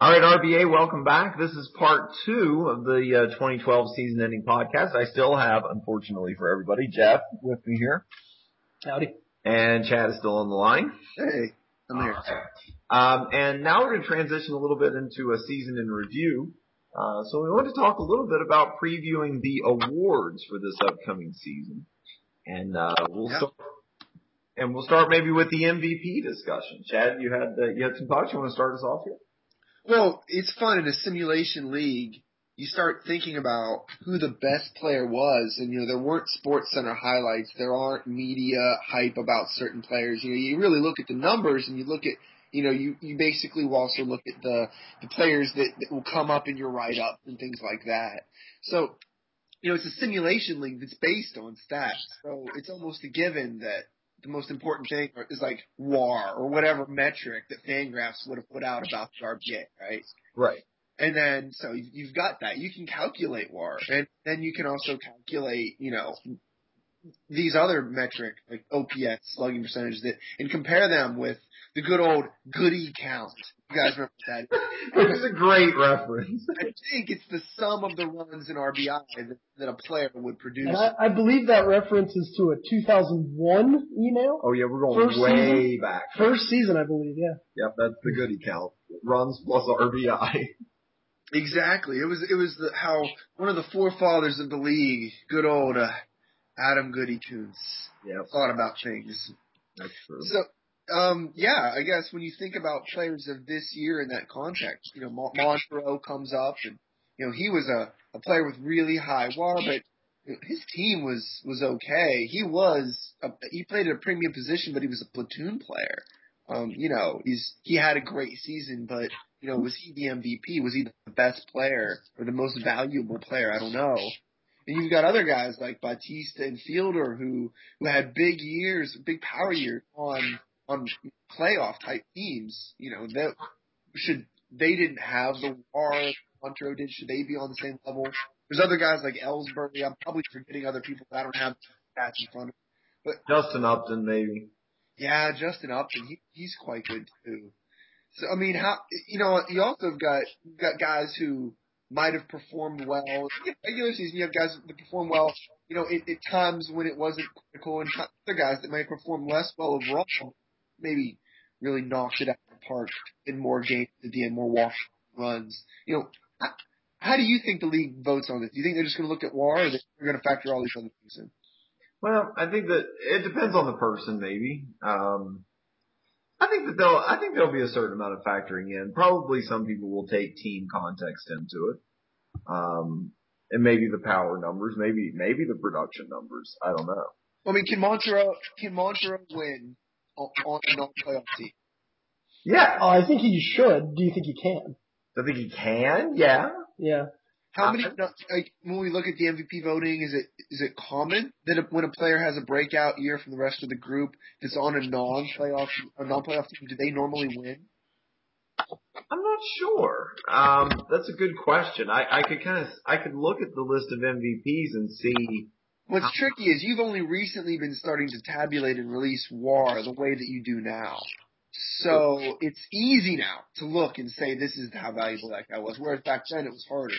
All right, RBA, welcome back. This is part two of the uh, 2012 season-ending podcast. I still have, unfortunately for everybody, Jeff with me here, Howdy. and Chad is still on the line. Hey, I'm here. Um, and now we're going to transition a little bit into a season in review. Uh, so we want to talk a little bit about previewing the awards for this upcoming season, and uh, we'll Yeah. start. And we'll start maybe with the MVP discussion. Chad, you had uh, you had some thoughts. You want to start us off here? Well, it's fun in a simulation league. You start thinking about who the best player was, and you know there weren't Sports Center highlights. There aren't media hype about certain players. You know, you really look at the numbers, and you look at, you know, you you basically will also look at the the players that, that will come up in your write up and things like that. So, you know, it's a simulation league that's based on stats. So it's almost a given that the most important thing are- is like WAR or whatever metric that Fangraphs would have put out about the RPA, right? Right. And then so you- you've got that. You can calculate WAR, and then you can also calculate, you know, these other metric like OPS, slugging percentage, that and compare them with the good old goody count. You guys remember that? Which is a great reference. I think it's the sum of the runs in RBI that, that a player would produce. And I, I believe that reference is to a 2001 email. Oh yeah, we're going First way back. First season, I believe, yeah. Yep, that's the goodie count. Runs plus RBI. Exactly. It was it was the, how one of the forefathers of the league, good old uh, Adam Goody Coons, Yep, thought about things. that's true. So, um, yeah, I guess when you think about players of this year in that context, you know, Mon- Montreux comes up, and you know he was a, a player with really high WAR, but you know, his team was was okay. He was a, he played at a premium position, but he was a platoon player. Um, you know, he's he had a great season, but you know, was he the MVP? Was he the best player or the most valuable player? I don't know. And you've got other guys like Batista and Fielder who who had big years, big power years on on playoff type teams. You know that should they didn't have the war Montreal did. Should they be on the same level? There's other guys like Ellsbury. I'm probably forgetting other people that I don't have stats in front of. Justin Upton, maybe. Yeah, Justin Upton, he, he's quite good too. So I mean, how you know you also have got you've got guys who might have performed well in the regular season. You have guys that perform well, you know, at, at times when it wasn't critical, and ti- other guys that might perform less well overall, maybe really knocked it out of the park in more games at the end, more walk runs. You know, how, how do you think the league votes on this? Do you think they're just going to look at WAR, or they're going to factor all these other things in? Well, I think that it depends on the person, maybe. Um, I think that they'll, I think there'll be a certain amount of factoring in. Probably some people will take team context into it. Um, and maybe the power numbers, maybe, maybe the production numbers. I don't know. I mean, can Montreal can Montreal win on, on a non-playoff team? Yeah. uh, Oh, I think he should. Do you think he can? I think he can. Yeah. Yeah. How Uh, many? no, Like when we look at the MVP voting, is it is it common that if, when a player has a breakout year from the rest of the group that's on a non-playoff a non-playoff team, do they normally win? I'm not sure. Um, that's a good question. I, I could kind of, I could look at the list of MVPs and see. What's tricky is you've only recently been starting to tabulate and release WAR the way that you do now. So it's easy now to look and say this is how valuable that guy was, whereas back then it was harder.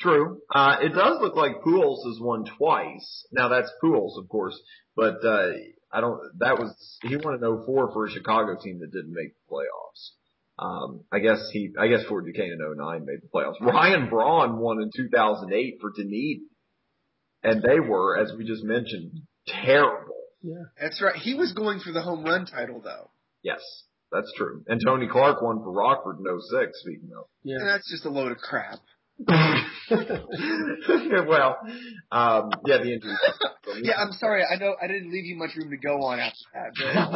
True. Uh, it does look like Pujols has won twice. Now that's Pujols, of course, but uh, I don't. That was he won an 04 for a Chicago team that didn't make the playoffs. Um, I guess he. I guess Fort Duquesne in 09 made the playoffs. Ryan Braun won in 2008 for Dunedin, and they were, as we just mentioned, terrible. That's right. He was going for the home run title though. Yes, that's true. And Tony Clark won for Rockford in 06. Speaking of. And Yeah. that's just a load of crap. well, um, yeah, the injury. Yeah, I'm sorry. I know I didn't leave you much room to go on after that.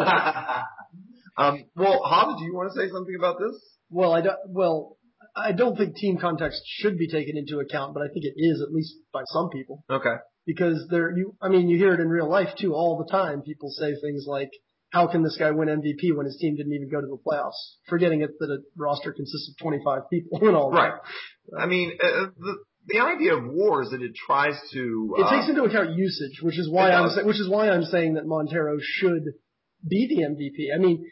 um, well, Hobbit, do you want to say something about this? Well, I don't, well, I don't think team context should be taken into account, but I think it is at least by some people Okay. because there you, I mean, you hear it in real life too all the time. People say things like, how can this guy win MVP when his team didn't even go to the playoffs? Forgetting it that a roster consists of 25 people and all that. Right. I mean, uh, the the idea of war is that it tries to. It uh, takes into account usage, which is why It I'm does. sa- which is why I'm saying that Montero should be the MVP. I mean,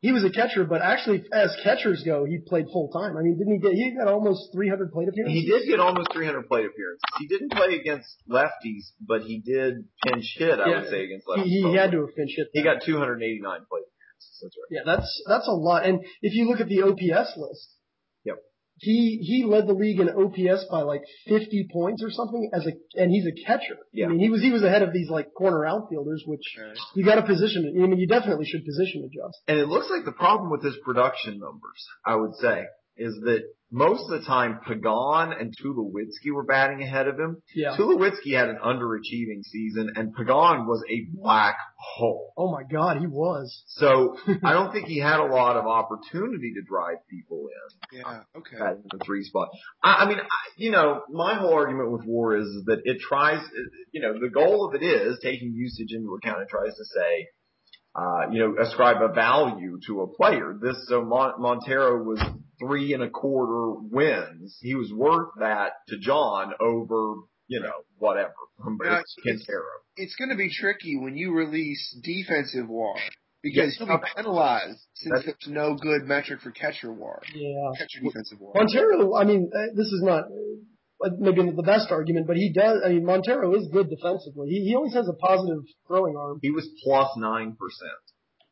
he was a catcher, but actually, as catchers go, he played full time. I mean, didn't he get? He got almost 300 plate appearances. He did get almost 300 plate appearances. He didn't play against lefties, but he did pinch hit. I would Yeah. say against He, lefties. he probably. had to have finished it. He got 289 plate appearances. That's right. Yeah, that's that's a lot. And if you look at the OPS list, Yep. he he led the league in OPS by like 50 points or something as a, and he's a catcher. Yeah. I mean, he was he was ahead of these like corner outfielders, which Right. you got to position. I mean, you definitely should position adjust. And it looks like the problem with his production numbers, I would say, is that most of the time Pagan and Tulowitzki were batting ahead of him. Yeah. Tulowitzki had an underachieving season and Pagan was a black hole. Oh my God, he was. So I don't think he had a lot of opportunity to drive people in. Yeah. Okay. that in the three spot. I, I mean, I, you know, my whole argument with war is that it tries, you know, the goal of it is taking usage into account. It tries to say, uh, you know, ascribe a value to a player. This, so Mon- Montero was three and a quarter wins. He was worth that to John over, you know, whatever. Yeah, it's- Quintero. It's going to be tricky when you release defensive WAR because Yeah. you'll be penalized since That's- there's no good metric for catcher WAR, Yeah. catcher defensive WAR. Montero, I mean, uh, this is not uh, maybe not the best argument, but he does. I mean, Montero is good defensively. He he always has a positive throwing arm. He was plus nine percent.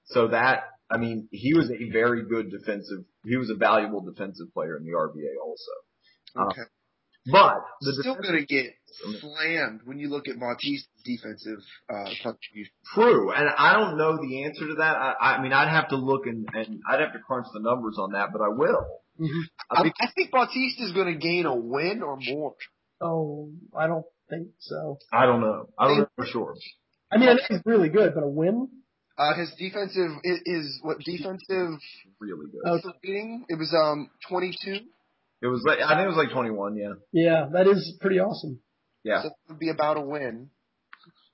So that, I mean, he was a very good defensive, he was a valuable defensive player in the RBA also. Uh, Okay. But the Still defense- going to get slammed when you look at Bautista's defensive uh, contribution. true, and I don't know the answer to that. I, I mean, I'd have to look and, and I'd have to crunch the numbers on that, but I will. I I, I think Bautista's going to gain a win or more. Oh, I don't think so. I don't know. I don't know for sure. I mean, I think he's really good, but a win? Uh, his defensive is, is what defensive Really good. Oh. was the rating? It was um 22. It was like I think it was like 21. Yeah, Yeah, that is pretty awesome. yeah. So it would be about a win.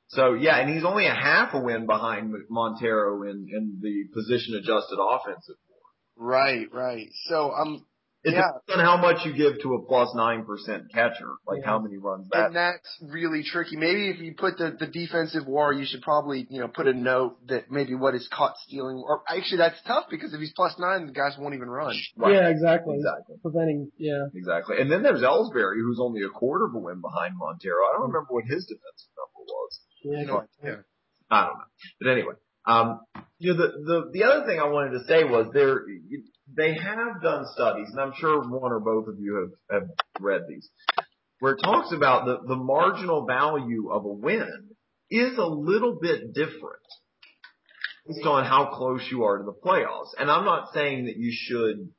So yeah, and he's only a half a win behind Montero in in the position adjusted offensive. Right, right. So um, It Yeah. depends on how much you give to a plus nine percent catcher, like Yeah. how many runs that. and that's really tricky. Maybe if you put the, the defensive war, you should probably you know put a note that maybe what is caught stealing. Or actually, that's tough because if he's plus nine, the guys won't even run. Right. Yeah, exactly. Exactly. Preventing, yeah. Exactly. And then there's Ellsbury, who's only a quarter of a win behind Montero. I don't remember what his defensive number was. yeah You know, exactly. yeah. I don't know. But anyway, um, you know, the, the, the other thing I wanted to say was there, they have done studies, and I'm sure one or both of you have, have read these, where it talks about the, the marginal value of a win is a little bit different based on how close you are to the playoffs. And I'm not saying that you should,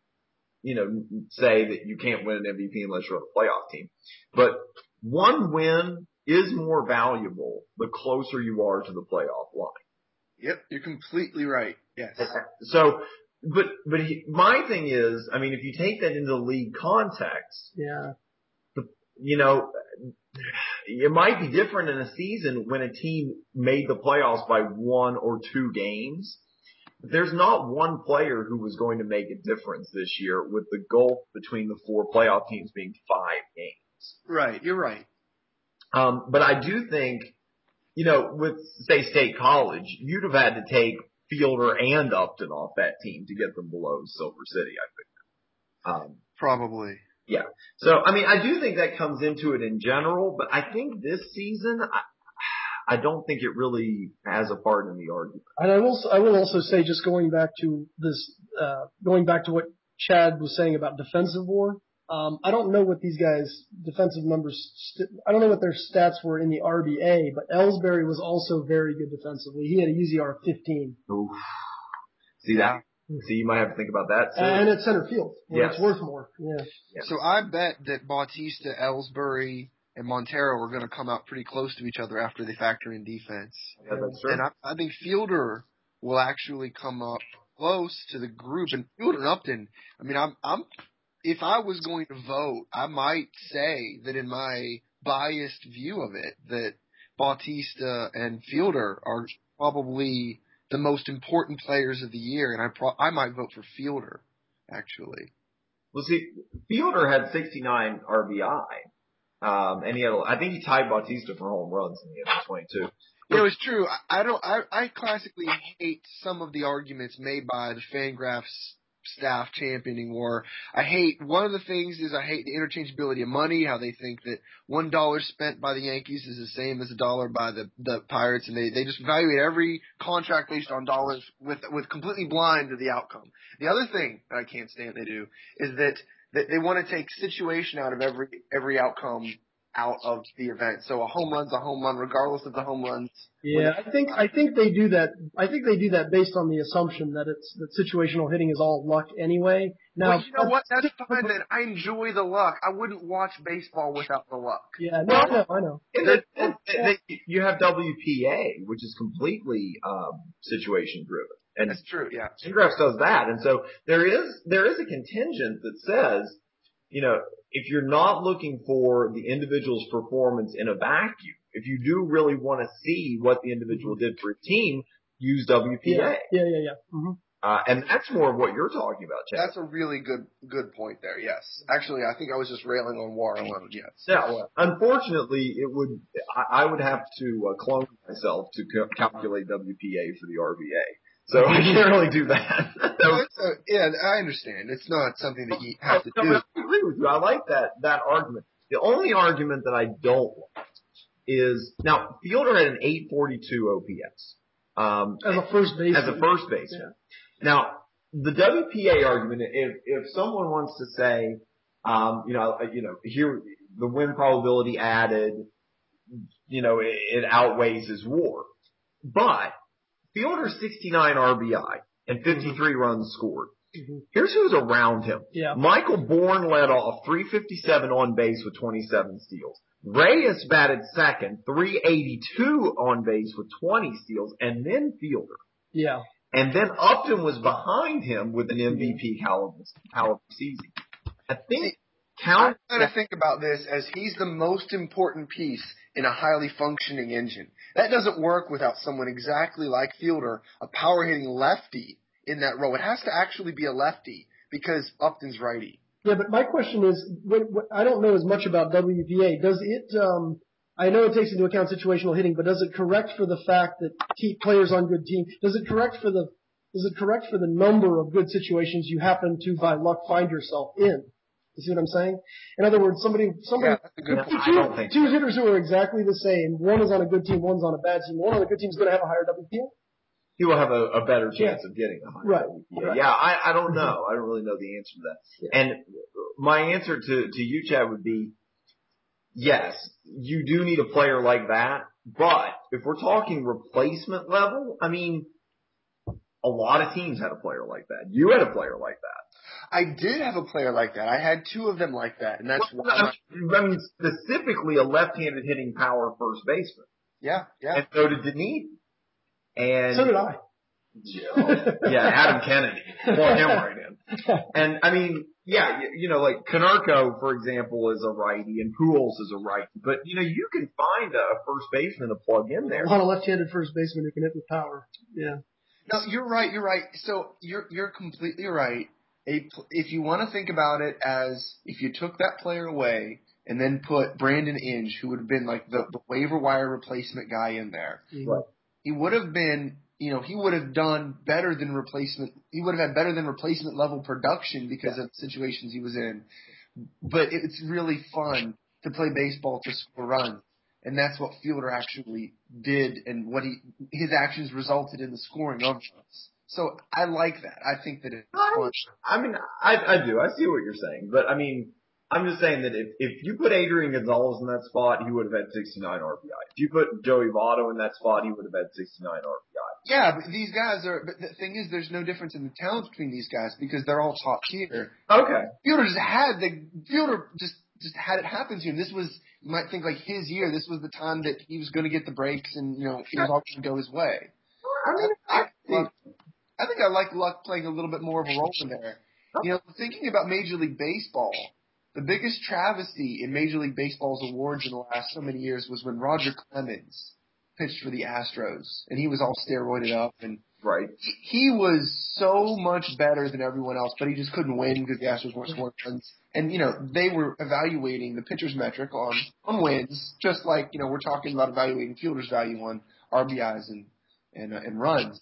you know, say that you can't win an MVP unless you're on a playoff team, but one win is more valuable the closer you are to the playoff line. Yep, you're completely right. Yes. So, but but he, my thing is, I mean, if you take that into the league context, Yeah. you know, it might be different in a season when a team made the playoffs by one or two games. But there's not one player who was going to make a difference this year with the gulf between the four playoff teams being five games. Right. You're right. Um, but I do think, you know, with say State College, you'd have had to take Fielder and Upton off that team to get them below Silver City, I think. Um, Probably. so I mean, I do think that comes into it in general, but I think this season, I, I don't think it really has a part in the argument. And I will, s- I will also say, just going back to this, uh, going back to what Chad was saying about defensive war, um, I don't know what these guys' defensive numbers, st- I don't know what their stats were in the RBA, but Ellsbury was also very good defensively. He had a UZR of 15. Oof. See that? See, you might have to think about that. Soon. and at center field, where it's Yes. worth more. Yeah. Yeah. So I bet that Bautista, Ellsbury, and Montero are going to come out pretty close to each other after they factor in defense. yeah, that's true. And I, I think Fielder will actually come up close to the group. And Fielder and Upton, I mean, I'm, I'm, if I was going to vote, I might say that in my biased view of it, that Bautista and Fielder are probably the most important players of the year, and I pro- I might vote for Fielder actually. Well, see, Fielder had 69 RBI. Um, and he had, a- I think he tied Bautista for home runs in the end of 22. You know, it's true. I, I don't. I, I classically hate some of the arguments made by the Fangraphs staff championing war. I hate one of the things is I hate the interchangeability of money. How they think that one dollar spent by the Yankees is the same as a dollar by the the Pirates, and they they just evaluate every contract based on dollars with with completely blind to the outcome. The other thing that I can't stand they do is that that they want to take situation out of every every outcome out of the event. So a home run's a home run, regardless of the home runs. Yeah, I think I think they do that. I think they do that based on the assumption that it's that situational hitting is all luck anyway. Now, well, you know what? That's fine. Then I enjoy the luck. I wouldn't watch baseball without the luck. Yeah, no, I know, I know. And it, it, it, they, you have WPA, which is completely um, situation driven, and That's true. Yeah. Fangraphs does that. And so there is there is a contingent that says, you know, if you're not looking for the individual's performance in a vacuum, if you do really want to see what the individual did for a team, use WPA. Yeah, yeah, yeah, yeah. hmm Uh, and that's more of what you're talking about, Chad. That's a really good good point there. Yes, actually, I think I was just railing on War alone. Yes. Now, unfortunately, it would I, I would have to uh, clone myself to ca- calculate WPA for the RBA, so I can't really do that. that No, would it's a, yeah, I understand. It's not something that you have to No, do. but I agree with you. I like that that argument. The only argument that I don't like is now Fielder had an 842 OPS um, As a first baseman. as a first baseman. Now the WPA argument, if if someone wants to say, um, you know, you know, here the win probability added, you know, it, it outweighs his WAR, but Fielder 69 RBI and 53 runs scored. Mhm. Here's who's around him. Yeah. Michael Bourne led off 357 on base with 27 steals. Reyes batted second, 382 on base with 20 steals, and then Fielder. Yeah. And then Upton was behind him with an MVP caliber, caliber season. I think I'm count trying to think about this as he's the most important piece in a highly functioning engine. That doesn't work without someone exactly like Fielder, a power hitting lefty in that role. It has to actually be a lefty because Upton's righty. Yeah, but my question is, when, when, I don't know as much about WPA. Does it? Um, I know it takes into account situational hitting, but does it correct for the fact that te- players on good teams? Does it correct for the? Does it correct for the number of good situations you happen to by luck find yourself in? You see what I'm saying? In other words, somebody, somebody, Yeah, that's a good point. I don't think two hitters who are exactly the same. One is on a good team, one's on a bad team. One on a good team is going to have a higher WPA. he will have a, a better chance of getting a higher Right, WPA. right. Yeah, I, I don't know. I don't really know the answer to that. And my answer to, to you, Chad, would be yes, you do need a player like that. But if we're talking replacement level, I mean, a lot of teams had a player like that. You had a player like that. I did have a player like that. I had two of them like that, and that's why. I my- mean, I mean, specifically a left-handed hitting power first baseman. Yeah, yeah. And so did Dunedin. And So did I. Yeah, yeah, Adam Kennedy. Well, him right in. And I mean, yeah, you, you know, like Canerco, for example, is a righty and Pools is a righty, but you know, you can find a first baseman to plug in there. A lot of left-handed first baseman who can hit with power. Yeah. No, you're right. You're right. So you're you're completely right. A, pl- if you want to think about it as if you took that player away and then put Brandon Inge, who would have been like the, the waiver wire replacement guy in there, Right. he would have been, you know, he would have done better than replacement. He would have had better than replacement level production because of the situations he was in. But it's really fun to play baseball to score runs. And that's what Fielder actually did and what he, his actions resulted in the scoring of runs. So I like that. I think that it's fun. I mean, I, I do. I see what you're saying, but I mean, I'm just saying that if, if you put Adrian Gonzalez in that spot, he would have had 69 RBI. If you put Joey Votto in that spot, he would have had 69 RBI. Yeah, but these guys are, but the thing is there's no difference in the talent between these guys because they're all top tier. Okay. Fielder just had the Fielder just just had it happen to him. This was you might think like his year. This was the time that he was going to get the breaks and you know it was all going to go his way. I mean, I, Luck- I think I like Luck playing a little bit more of a role in there. You know, thinking about Major League Baseball, the biggest travesty in Major League Baseball's awards in the last so many years was when Roger Clemens pitched for the Astros and he was all steroided up and right. he- he was so much better than everyone else, but he just couldn't win because the Astros weren't scoring runs. And you know they were evaluating the pitcher's metric on on wins, just like you know we're talking about evaluating fielder's value on RBIs and and uh, and runs.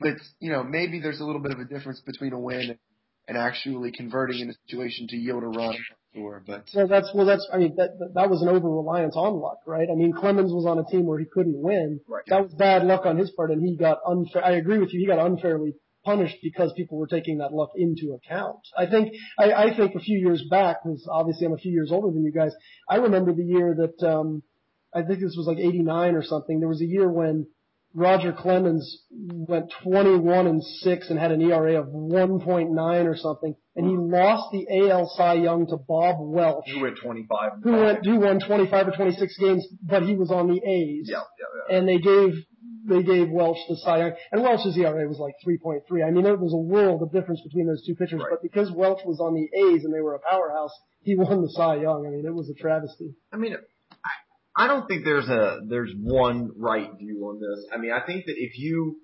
But you know, maybe there's a little bit of a difference between a win and, and actually converting in a situation to yield a run. Or, but Well, that's well, that's I mean that that- that was an over reliance on luck, right? I mean, Clemens was on a team where he couldn't win. Right. That was bad luck on his part, and he got unfair. I agree with you. He got unfairly punished because people were taking that luck into account. I think I, I think a few years back, because obviously I'm a few years older than you guys. I remember the year that um, I think this was like '89 or something. There was a year when Roger Clemens went 21 and 6 and had an ERA of 1.9 or something, and he lost the AL Cy Young to Bob Welch, Who went 25? who went who won 25 or 26 games, but he was on the A's, Yeah, yeah, yeah. and they gave they gave Welch the Cy Young, and Welch's ERA was like 3.3. I mean, there was a world of difference between those two pitchers, Right. but because Welch was on the A's and they were a powerhouse, he won the Cy Young. I mean, it was a travesty. I mean, I, I don't think there's a there's one right view on this. I mean, I think that if you,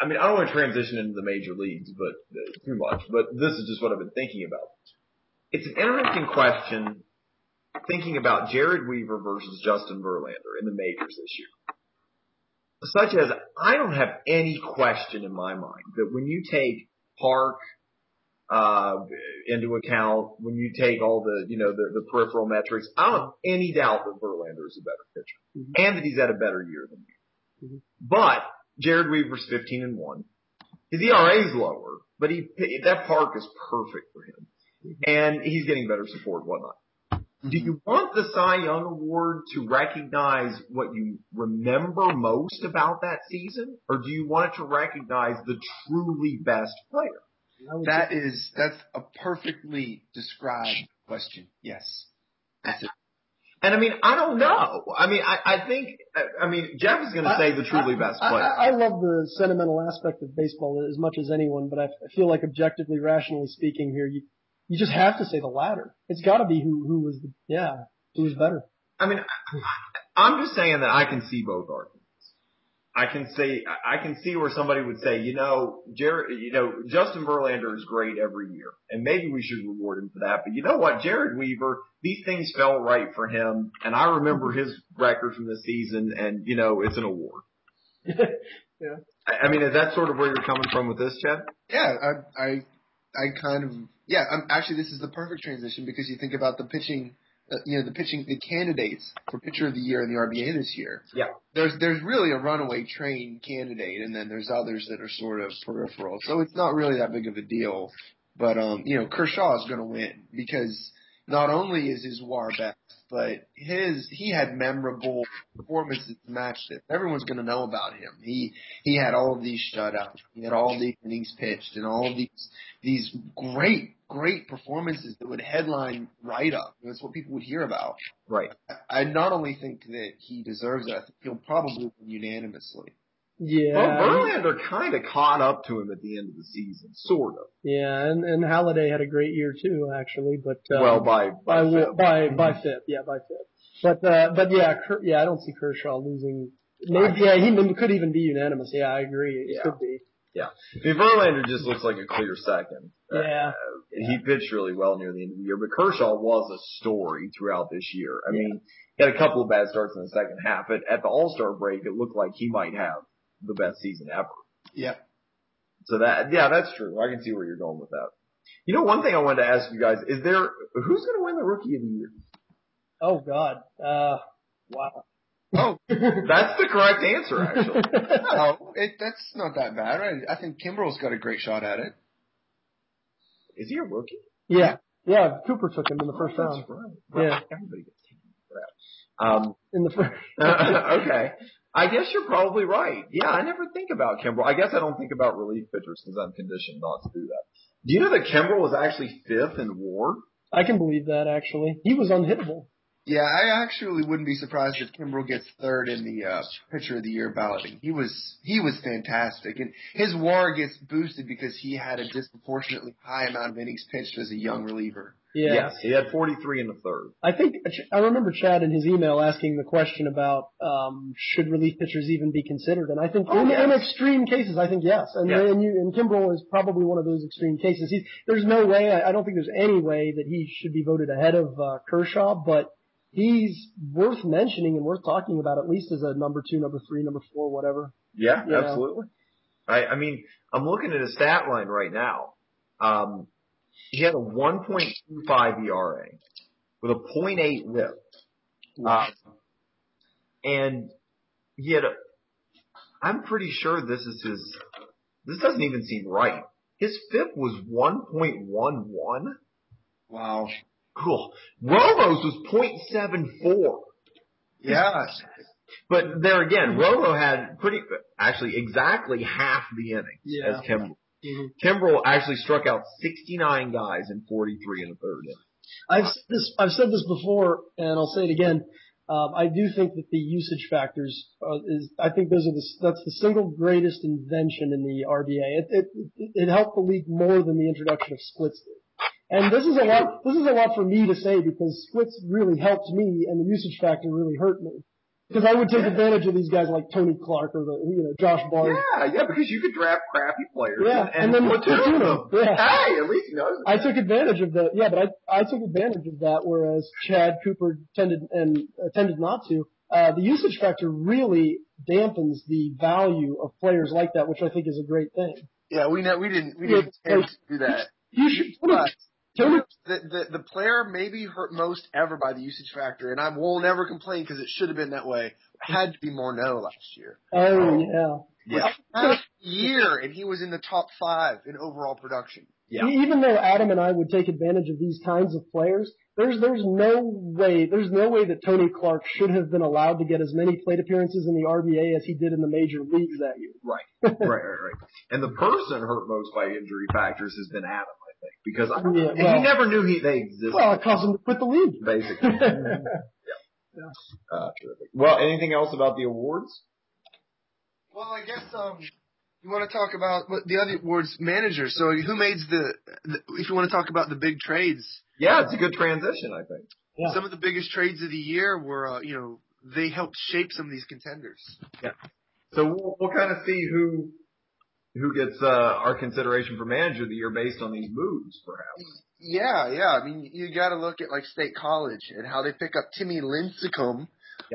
I mean, I don't want to transition into the major leagues, but uh, too much. But this is just what I've been thinking about. It's an interesting question. Thinking about Jared Weaver versus Justin Verlander in the majors this year. Such as, I don't have any question in my mind that when you take Park, uh, into account when you take all the, you know, the, the peripheral metrics. I don't have any doubt that Verlander is a better pitcher Mhm. and that he's had a better year than me. Mhm. But Jared Weaver's 15 and 1. His ERA is lower, but he, that park is perfect for him and he's getting better support and whatnot. Do Mm-hmm. you want the Cy Young Award to recognize what you remember most about that season, or do you want it to recognize the truly best player? I would That is that's a perfectly described question. Yes. That's it. And I mean, I don't know. I mean, I, I think, I, I mean, Jeff is going to I- say the truly best I, player. I I love the sentimental aspect of baseball as much as anyone, but I I feel like objectively, rationally speaking, here you you just have to say the latter. It's got to be who who was the yeah who was better. I mean, I- I'm just saying that I can see both arguments. I can see, I I can see where somebody would say, you know, Jared, you know, Justin Verlander is great every year, and maybe we should reward him for that. But you know what, Jared Weaver, these things fell right for him, and I remember his record from the season, and you know, it's an award. Yeah. I, I mean, is that sort of where you're coming from with this, Chad? Yeah, I I I kind of yeah, I'm actually this is the perfect transition because you think about the pitching uh, you know the pitching the candidates for pitcher of the year in the RBA this year. Yeah. There's there's really a runaway train candidate and then there's others that are sort of peripheral. So it's not really that big of a deal. But um, you know, Kershaw is going to win because not only is his WAR best, but his he had memorable performances matched that everyone's going to know about him. He he had all of these shutouts. He had all these innings pitched and all of these these great great performances that would headline write up. That's what people would hear about. Right. I- I not only think that he deserves it, I think he'll probably win unanimously. Well, Yeah, Verlander kind of caught up to him at the end of the season, sort of. yeah, and and Halliday had a great year too, actually, but um, well, by by, by Wa- by by Fip, yeah, by Fip. But uh, but yeah, Ker- yeah, I don't see Kershaw losing. Maybe, yeah, he could even be unanimous. Yeah, I agree. It Yeah. could be. I mean, Verlander just looks like a clear second. Uh, Yeah. He pitched really well near the end of the year, but Kershaw was a story throughout this year. I mean, he had a couple of bad starts in the second half, but at the All Star break, it looked like he might have the best season ever. Yeah. So that, yeah, that's true. I can see where you're going with that. You know, one thing I wanted to ask you guys is there who's going to win the Rookie of the Year? Oh God. Uh, wow. Oh That's the correct answer, actually. no, it, that's not that bad, right? I think Kimbrel's got a great shot at it. Is he a rookie? Yeah. Yeah. Cooper took him in the first Oh, that's round. right. Yeah. Everybody gets taken for that. Um, In the first. okay. I guess you're probably right. Yeah, I never think about Kimbrel. I guess I don't think about relief pitchers because I'm conditioned not to do that. Do you know that Kimbrel was actually fifth in WAR? I can believe that actually. He was unhittable. Yeah, I actually wouldn't be surprised if Kimbrel gets third in the uh, pitcher of the year balloting. He was he was fantastic, and his WAR gets boosted because he had a disproportionately high amount of innings pitched as a young reliever. Yeah. Yes, he had 43 in the third. I think I remember Chad in his email asking the question about um, should relief pitchers even be considered, and I think Oh, in, in yes. extreme cases, I think yes, and Yes. and, you, and Kimbrel is probably one of those extreme cases. He's, there's no way I, I don't think there's any way that he should be voted ahead of uh, Kershaw, but he's worth mentioning and worth talking about at least as a number two, number three, number four, whatever. Yeah, Yeah. absolutely. I, I mean, I'm looking at his stat line right now. Um, he had a 1.25 ERA E with a 0.8 WHIP, uh, and he had a. I'm pretty sure this is his. This doesn't even seem right. His FIP was 1.11. Wow. Cool. Romo's was 0.74. Yeah. But there again, Romo had pretty actually exactly half the inning Yeah. as Kimbrel. Mhm. Kimbrel actually struck out 69 guys in 43 and a third inning. I've said this I've said this before, and I'll say it again. Um, I do think that the usage factors uh, is I think those are the that's the single greatest invention in the RBA. It it it it helped the league more than the introduction of splits did. And this is a lot this is a lot for me to say because splits really helped me, and the usage factor really hurt me because I would take Yeah. advantage of these guys like Tony Clark or the you know Josh Bard. Yeah, yeah, because you could draft crappy players. Yeah, and, and then platoon platoon them. them, yeah. Hey, at least he knows. I took advantage of that. Yeah, but I I took advantage of that, whereas Chad Cooper tended and uh, tended not to. Uh, the usage factor really dampens the value of players like that, which I think is a great thing. Yeah, we know we didn't we Yeah, didn't intend like- to do that. You should But Tony, the, the the player maybe hurt most ever by the usage factor, and I will never complain because it should have been that way. Had to be Morneau last year. oh Yeah, Half a year, and he was in the top five in overall production. yeah. yeah. E- Even though Adam and I would take advantage of these kinds of players, there's there's no way there's no way that Tony Clark should have been allowed to get as many plate appearances in the RBA as he did in the major leagues that year. right, right, right. And the person hurt most by injury factors has been Adam, I think, because I, Yeah, and well- he never knew he they existed. Well, it caused him to quit the league. basically. yeah. Uh, terrific. Well, anything else about the awards? Well, I guess um, you want to talk about what the other awards manager. So who made the, the? If you want to talk about the big trades, Yeah, it's a good transition, I think. Yeah. some of the biggest trades of the year were uh, you know they helped shape some of these contenders. So we'll, we'll kind of see who who gets uh, our consideration for manager of the year based on these moves, perhaps. Yeah, yeah. I mean, you got to look at like State College and how they pick up Timmy Lincecum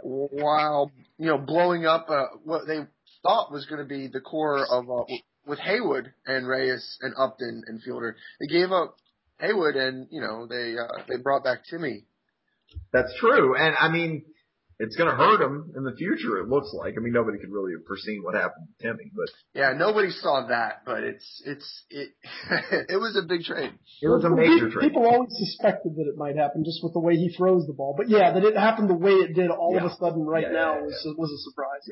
while you know blowing up uh, what they thought was going to be the core of uh, with Haywood and Reyes and Upton and Fielder. They gave up Haywood and you know they uh, they brought back Timmy. That's true, and I mean it's going to hurt him in the future. It looks like. I mean, nobody could really have foreseen what happened to Timmy, but Yeah, nobody saw that, but it's it's it it was a big trade. it was a Well, major people, trade. People always suspected that it might happen just with the way he throws the ball. But yeah, that it happened the way it did all of Yeah. a sudden right Yeah, now yeah, was was a surprise.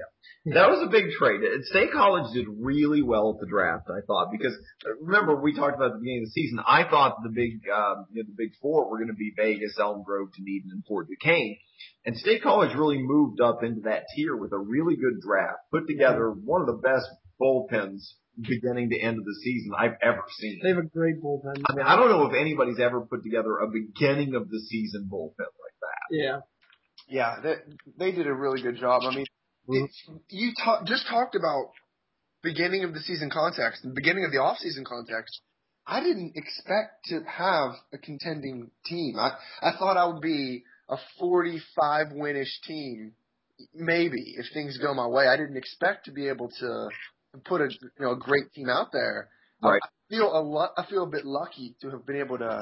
That was a big trade. And State College did really well at the draft, I thought, because uh, remember we talked about at the beginning of the season. I thought the big, um, you know, the big four were going to be Vegas, Elm Grove, Dunedin, and Fort Duquesne. And State College really moved up into that tier with a really good draft, put together one of the best bullpens beginning to end of the season I've ever seen. They have a great bullpen. I mean, I don't know if anybody's ever put together a beginning of the season bullpen like that. Yeah, Yeah, they they did a really good job. I mean, it, you ta- just talked about beginning of the season context and beginning of the off season context. I didn't expect to have a contending team. I I thought I would be a 45 winish team, maybe if things go my way. I didn't expect to be able to put a you know a great team out there. I- Right. I, feel a lot. I feel a bit lucky to have been able to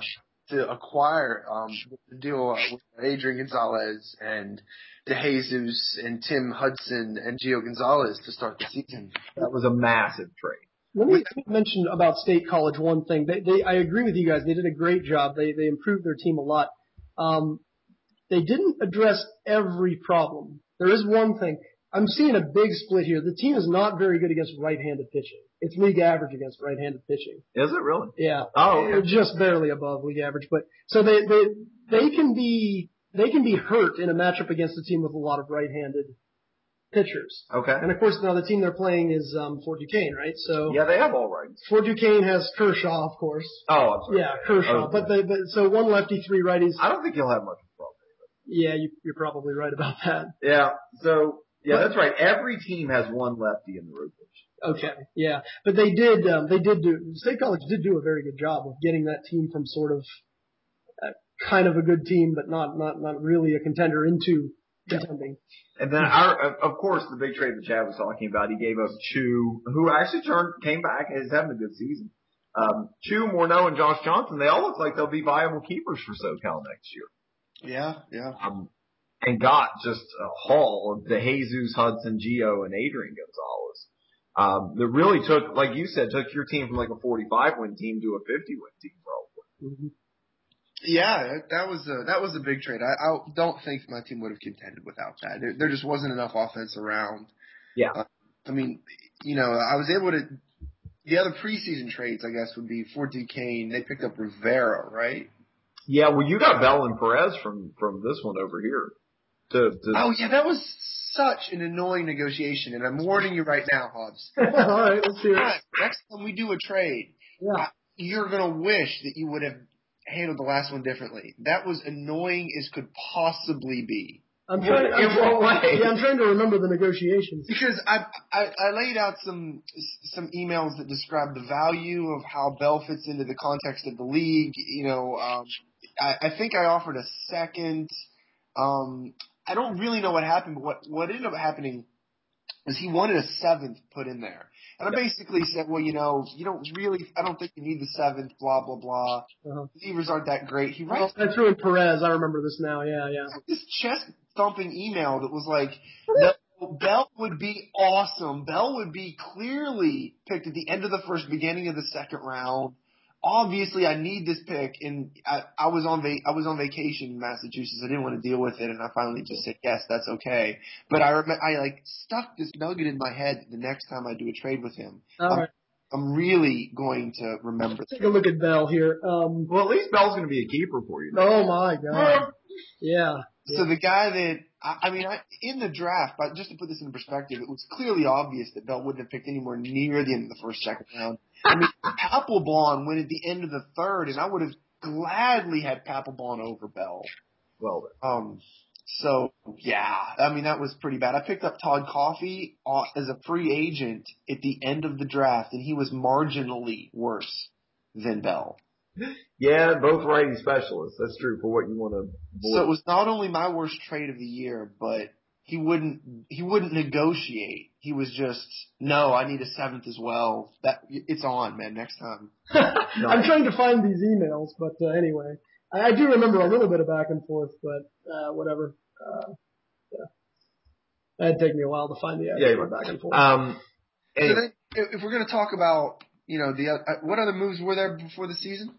to acquire um the deal with Adrian Gonzalez and DeJesus and Tim Hudson and Gio Gonzalez to start the season. That was a massive trade. let me, let me mention about State College one thing. They, they, I agree with you guys. They did a great job. They, they improved their team a lot. Um, they didn't address every problem. There is one thing. I'm seeing a big split here. The team is not very good against right-handed pitching. It's league average against right-handed pitching. Is it really? Yeah. Oh, They're okay. just barely above league average, but so they they they can be they can be hurt in a matchup against a team with a lot of right-handed pitchers. okay. And of course, now the team they're playing is um, Fort Duquesne, right? So Yeah, they have all right. Fort Duquesne has Kershaw, of course. Oh, I'm sorry. Yeah, Kershaw. Oh. But they, but so one lefty, three righties. I don't think he'll have much of a problem. Yeah, you, you're probably right about that. Yeah. So yeah, that's right. Every team has one lefty in the rotation. Okay, yeah, but they did um, they did do State College did do a very good job of getting that team from sort of uh, kind of a good team, but not not not really a contender into Yeah. contending. And then our, of- of course, the big trade that Chad was talking about, he gave us Chu, who actually turned, came back and is having a good season. Um, Chu, Morneau, and Josh Johnson, they all look like they'll be viable keepers for SoCal next year. Yeah, yeah. Um, and got just a haul of the Jesus, Hudson, Geo, and Adrian Gonzalez. Um, that really took, like you said, took your team from like a 45 win team to a 50 win team probably. Mm-hmm. Yeah, that- that was a that was a big trade. I, I don't think my team would have contended without that. There, there just wasn't enough offense around. Yeah. Uh, I mean, you know, I was able to. The other preseason trades, I guess, would be for Duquesne. They picked up Rivera, right? Yeah, well, you got Bell and Perez from, from this one over here. To, to, Oh yeah, that was such an annoying negotiation, and I'm warning you right now, Hobbs. All right, let's hear it. God, next time we do a trade, Yeah. you're gonna wish that you would have handled the last one differently. That was annoying as could possibly be. I'm trying. I'm, In what way? Yeah, I'm trying to remember the negotiations. Because I, I I laid out some some emails that describe the value of how Bell fits into the context of the league. You know, um, I, I think I offered a second. Um, I don't really know what happened, but what what ended up happening was he wanted a seventh put in there, and I basically said, well, you know, you don't really, I don't think you need the seventh, blah blah blah. Uh-huh. Receivers aren't that great. He Well, writes Uh-huh. I threw in Perez. I remember this now. Yeah, yeah. this chest thumping email that was like, no, Bell would be awesome. Bell would be clearly picked at the end of the first, beginning of the second round. Obviously, I need this pick, and I, I was on va- I was on vacation in Massachusetts. I didn't want to deal with it, and I finally just said yes, that's okay. But I rem- I like stuck this nugget in my head. that The next time I do a trade with him, All right. I'm really going to remember. Take a look at Bell here. Um, well, at least Bell's going to be a keeper for you. oh my God. Yeah. So the guy that I, I mean, I, in the draft, but just to put this into perspective, it was clearly obvious that Bell wouldn't have picked anywhere near the end of the first second round. I mean, Papelbon went at the end of the third, and I would have gladly had Papelbon over Bell. Well, Um, so yeah, I mean that was pretty bad. I picked up Todd Coffey uh, as a free agent at the end of the draft, and he was marginally worse than Bell. Yeah, both writing specialists. That's true for what you want to. So it was not only my worst trade of the year, but he wouldn't he wouldn't negotiate. He was just no, I need a seventh as well. That it's on, man. Next time. No. I'm trying to find these emails, but uh, anyway, I, I do remember a little bit of back and forth, but uh, whatever. Uh, yeah, it'd take me a while to find the Yeah, actual you're back and forth. Um, So anyway, then, if if we're gonna talk about you know the uh, what other moves were there before the season?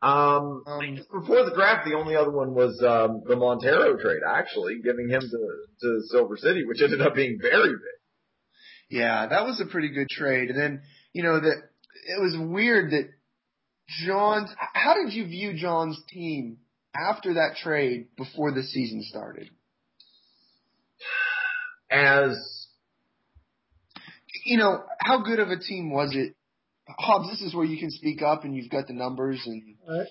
um, Um, before the draft, the only other one was um, the Montero trade, actually giving him to to Silver City, which ended up being very big. yeah, that was a pretty good trade. And then you know that it was weird that John's. How did you view John's team after that trade before the season started? As you know, how good of a team was it? Hobbs, this is where you can speak up and you've got the numbers and All right.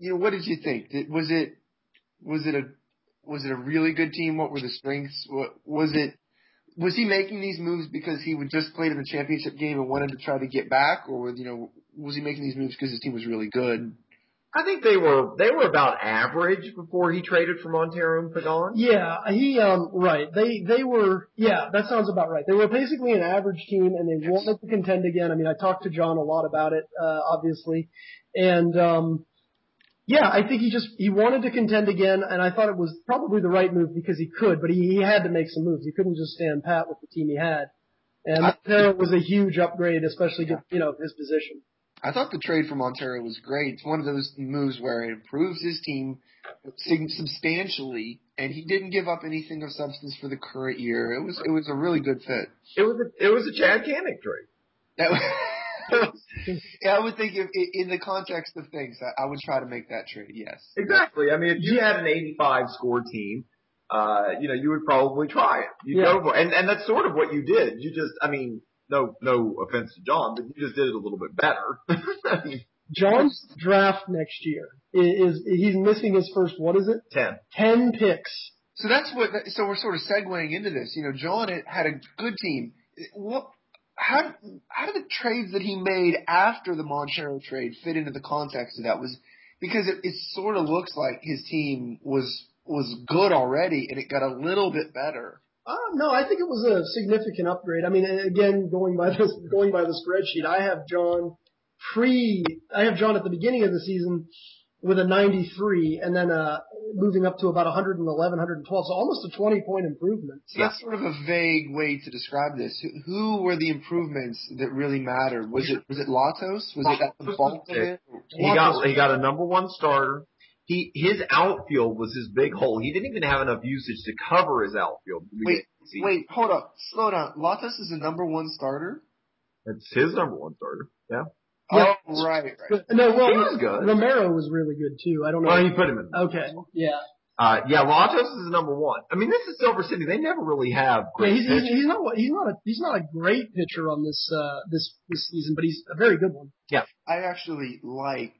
you know, what did you think? Did- Was it was it a was it a really good team? What were the strengths? What was it was he making these moves because he would just played in the championship game and wanted to try to get back or was you know was he making these moves because his team was really good? I think they were they were about average before he traded for Montero and Pagan. Yeah, he um right. They they were yeah, that sounds about right. They were basically an average team and they wanted to contend again. I mean, I talked to John a lot about it, uh, obviously. And um yeah, I think he just he wanted to contend again and I thought it was probably the right move because he could, but he, he had to make some moves. He couldn't just stand pat with the team he had. And I- Montero was a huge upgrade, especially given, you know, his position. I thought the trade for Montero was great. It's one of those moves where it improves his team sig- substantially, and he didn't give up anything of substance for the current year. It was it was a really good fit. It was a, it was a Chad Canick trade. That was, yeah, I would think if, i- in the context of things, I, I would try to make that trade. Yes, Exactly. I mean, if you had an 85 score team, uh, you know, you would probably try it. You Yeah. would go for it. And, and that's sort of what you did. You just, I mean, no, no offense to John, but you just did it a little bit better. John's draft next year is, is he's missing his first what is it? 10. 10 picks. so that's what. So we're sort of segueing into this. You know, John had- had a good team. What? How? How did the trades that he made after the Montero trade fit into the context of that? Was because it, it sort of looks like his team was was good already, and it got a little bit better. Uh, no, I think it was a significant upgrade. I mean, again, going by this, going by the spreadsheet, I have John pre, I have John at the beginning of the season with a 93 and then, uh, moving up to about 111, 112. So almost a 20 point improvement. So that's sort of a vague way to describe this. Who, who were the improvements that really mattered? Was it was it Latos? Was it at the bulk of it? He got he got a number one starter. He his outfield was his big hole. He didn't even have enough usage to cover his outfield. Wait, hold up, slow down. Latos is the number one starter. that's his number one starter. Yeah, Yeah. Oh right, right. But, no, well, he was good. Romero was really good too. I don't know. Well, you put him in. Okay. Yeah. Uh, yeah, Latos is number one. I mean, this is Silver City. They never really have Yeah. great He's, he's, pitchers. he's not he's not a he's not a great pitcher on this uh this this season, but he's a very good one. I actually liked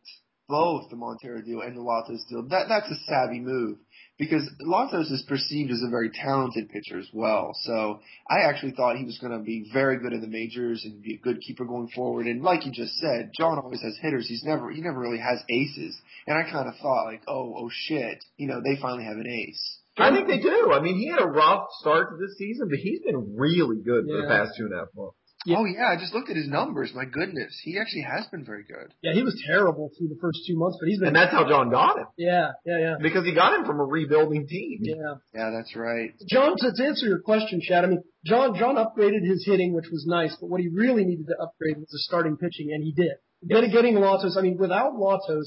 both the Montero deal and the Latos deal. That that's a savvy move because Latos is perceived as a very talented pitcher as well. So I actually thought he was going to be very good in the majors and be a good keeper going forward. And like you just said, John always has hitters. He's never he never really has aces. And I kind of thought like, oh oh shit, you know they finally have an ace. I think they do. I mean, he had a rough start to this season, but he's been really good for the Yeah. past two and a half months. Yeah. Oh yeah, I just looked at his numbers. My goodness, he actually has been very good. Yeah, he was terrible through the first two months, but he's been And that's how John got him yeah yeah yeah because he got him from a rebuilding team. yeah. Yeah, that's right. John, to, to answer your question, Chad, I mean, John, John upgraded his hitting, which was nice, but what he really needed to upgrade was his starting pitching, and he did. Getting, getting Latos, I mean, without Latos,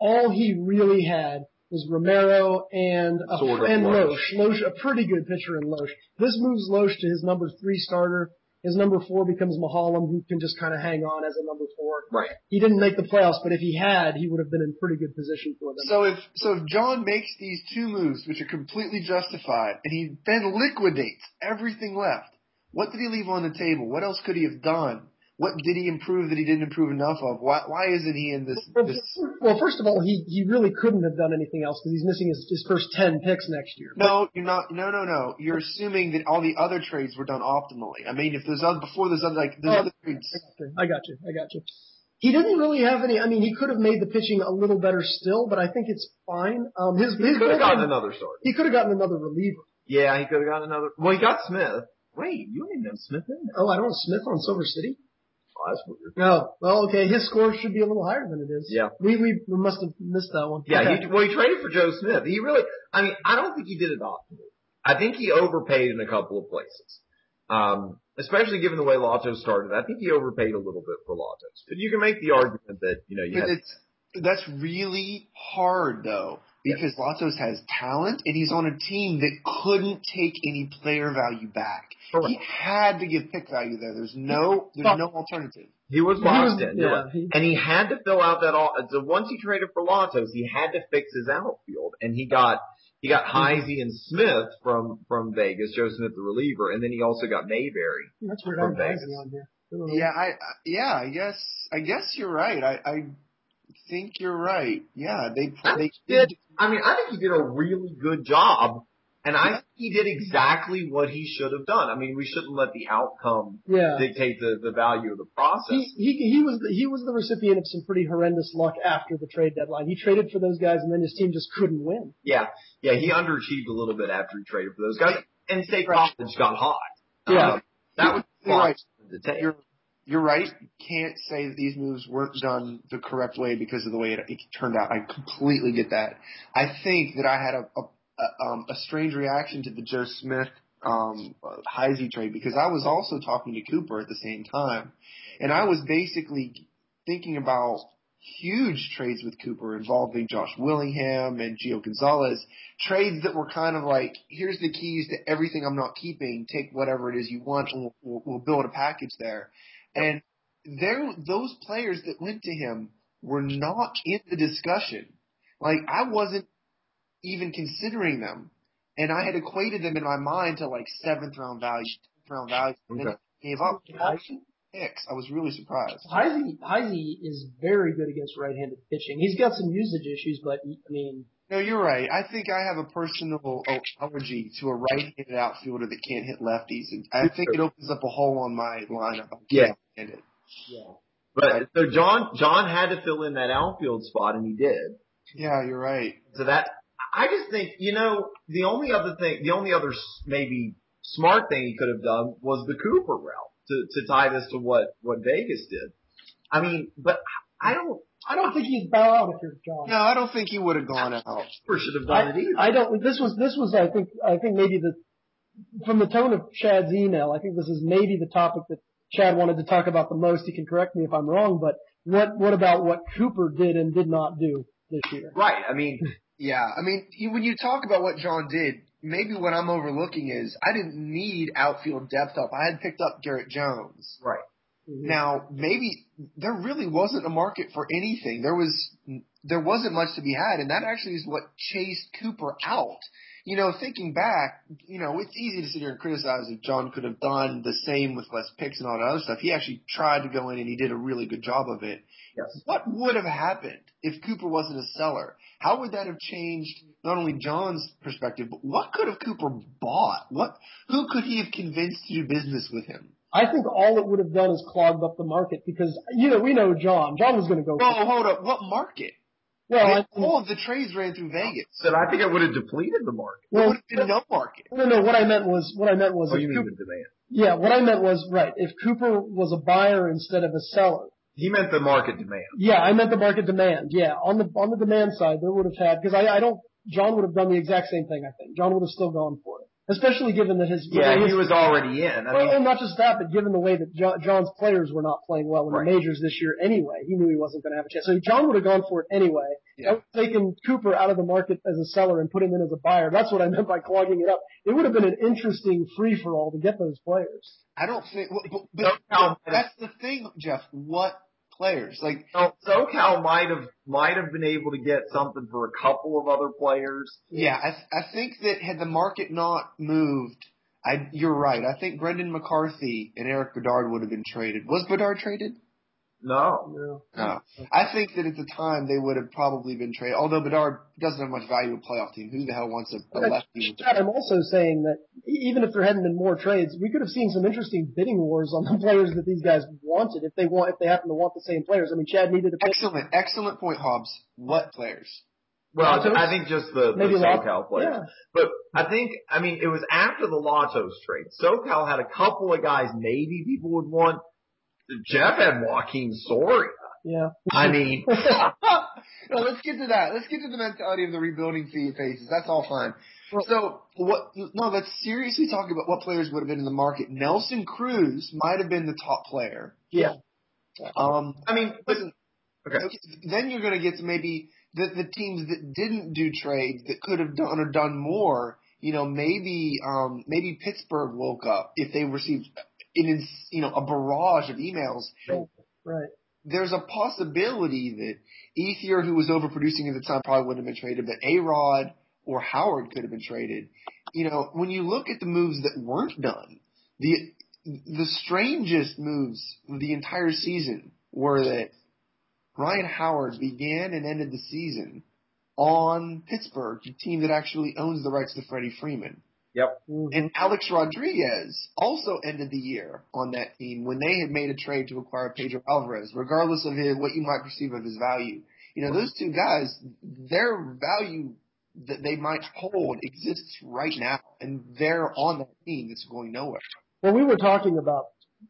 all he really had was Romero and, a, Sort of and Loesch. Loesch. Loesch, a pretty good pitcher in Loesch. This moves Loesch to his number three starter. His number four becomes Mahalam, who can just kind of hang on as a number four. Right. He didn't make the playoffs, but if he had, he would have been in pretty good position for them. So if so if John makes these two moves, which are completely justified, and he then liquidates everything left, what did he leave on the table? What else could he have done? What did he improve that he didn't improve enough of? Why why isn't he in this Well, this well, first of all, he, he really couldn't have done anything else because he's missing his, his first 10 picks next year. no, you're not. No, no, no. You're assuming that all the other trades were done optimally. I mean, if there's other before there's other like there's Oh. other trades. I got you. I got you. He didn't really have any, I mean, he could have made the pitching a little better still, but I think it's fine. Um, his, He his could have gotten bullpen- another starter. he could have gotten another reliever. Yeah, he could have gotten another. Well, he got Smith. Wait, you don't even have Smith in there. Oh, I don't have Smith on Silver City? Oh, that's weird. No. Well, okay, his score should be a little higher than it is. Yeah. We, we, we must have missed that one. Yeah, Okay. he, well, he traded for Joe Smith. He really, I mean, I don't think he did it optimally. I think he overpaid in a couple of places. Um, especially given the way Lotto started, I think he overpaid a little bit for Lotto's. But you can make the argument that, you know, you But had, it's that's really hard though, because Latos has talent and he's on a team that couldn't take any player value back. He correct. had to give pick value there. There's no there's no alternative. He was boxed in. you're yeah, right. he, And he had to fill out that all, so once he traded for Lotto's, he had to fix his outfield and he got, he got Heisey and Smith from, from Vegas, Joe Smith the reliever, and then he also got Mayberry. that's weird. From I'm Vegas. crazy on here. I don't know. Yeah, I I- yeah, I guess I guess you're right. I, I think you're right. Yeah, they I they did. I mean, I think he did a really good job, and I Yeah. think he did exactly what he should have done. I mean, we shouldn't let the outcome Yeah. dictate the, the value of the process. he, he he was the, he was the recipient of some pretty horrendous luck after the trade deadline. He traded for those guys, and then his team just couldn't win. yeah, yeah, he underachieved a little bit after he traded for those guys, and State Right. College got hot. Yeah. Um, that was You're right. the take. You're you're right. You can't say that these moves weren't done the correct way because of the way it, it turned out. I completely get that. I think that I had a a, a, um, a strange reaction to the Joe Smith um uh, Heisey trade because I was also talking to Cooper at the same time, and I was basically thinking about huge trades with Cooper involving Josh Willingham and Gio Gonzalez, trades that were kind of like, here's the keys to everything I'm not keeping. Take whatever it is you want, and we'll, we'll, we'll build a package there. And there, those players that went to him were not in the discussion. Like I wasn't even considering them, and I had equated them in my mind to like seventh round value, tenth round value. And then Okay. I gave up picks. I was really surprised. Heisey Heisey is very good against right-handed pitching. He's got some usage issues, but I mean, No, you're right. I think I have a personal allergy to a right-handed outfielder that can't hit lefties, and I think it opens up a hole on my lineup. I can't Yeah. stand it. yeah. I- But so John John had to fill in that outfield spot, and he did. Yeah, you're right. So that I just think you know the only other thing, the only other s- maybe smart thing he could have done was the Cooper route to to tie this to what what Vegas did. I mean, but I don't. I don't think he'd bow out if you're John. No, I don't think he would have gone out. Cooper should have done it either. I don't. This was this was I think I think maybe the from the tone of Chad's email. I think this is maybe the topic that Chad wanted to talk about the most. He can correct me if I'm wrong, but what what about what Cooper did and did not do this year? Right. I mean, Yeah, I mean, you- when you talk about what John did, maybe what I'm overlooking is I didn't need outfield depth up. I had picked up Garrett Jones. right. Now, maybe there really wasn't a market for anything. There was there wasn't much to be had, and that actually is what chased Cooper out. You know, thinking back, you know, it's easy to sit here and criticize if John could have done the same with less picks and all that other stuff. He actually tried to go in and he did a really good job of it. Yes. What would have happened if Cooper wasn't a seller? How would that have changed not only John's perspective, but what could have Cooper bought? What who could he have convinced to do business with him? I think all it would have done is clogged up the market because you know we know John. John was going to go. Whoa, hold up. What market? well, I, all of the trades ran through Vegas. So I think it would have depleted the market. There well, would have been no market. no, no. What I meant was what I meant was Oh, if you mean Cooper, the demand? yeah. What I meant was right. If Cooper was a buyer instead of a seller, He meant the market demand. Yeah, I meant the market demand. Yeah, on the on the demand side, there would have had because I, I don't. John would have done the exact same thing. I think John would have still gone for it, especially given that his Yeah, he his- was already in. I well, mean, and not just that, but given the way that jo- John's players were not playing well in Right. the majors this year anyway, he knew he wasn't going to have a chance. So John would have gone for it anyway. Yeah. That would have taken Cooper out of the market as a seller and put him in as a buyer. That's what I meant by clogging it up. It would have been an interesting free for all to get those players. I don't think. But, but, Don't count that. that's the thing, Jeff. What players? Like, so- SoCal might have might have been able to get something for a couple of other players. yeah, I, th- I think that had the market not moved, I, you're right. I think Brendan McCarthy and Eric Bedard would have been traded. Was Bedard traded? No, You No. I think that at the time they would have probably been traded. Although Bedard doesn't have much value to a playoff team. Who the hell wants a, a But lefty? with- Chad, I'm also saying that e- even if there hadn't been more trades, we could have seen some interesting bidding wars on the players that these guys wanted if they want if they happen to want the same players. I mean, Chad needed to pick. Excellent, excellent point, Hobbs. What players? Well, Lottos? I think just the, Maybe the Lotto? SoCal players. Yeah, But I think, I mean, it was after the Lottos trade. SoCal had a couple of guys maybe people would want. Jeff had Joaquin Soria. yeah. I mean, no, let's get to that. Let's get to the mentality of the rebuilding fee phases. That's all fine. So what? No, let's seriously talk about what players would have been in the market. Nelson Cruz might have been the top player. Yeah. Um. I mean, but Listen. Okay. Then you're going to get to maybe the the teams that didn't do trades that could have done or done more. You know, maybe um maybe Pittsburgh woke up if they received an ins- you know a barrage of emails Right. there's a possibility that Ethier, who was overproducing at the time, probably wouldn't have been traded, but Arod or Howard could have been traded. You know, when you look at the moves that weren't done, the the strangest moves of the entire season were that Ryan Howard began and ended the season on Pittsburgh, the team that actually owns the rights to Freddie Freeman. Mhm. And Alex Rodriguez also ended the year on that team when they had made a trade to acquire Pedro Alvarez, regardless of his, what you might perceive of his value. You know, those two guys, their value that they might hold exists right now, and they're on that team that's going nowhere. Well, we were talking about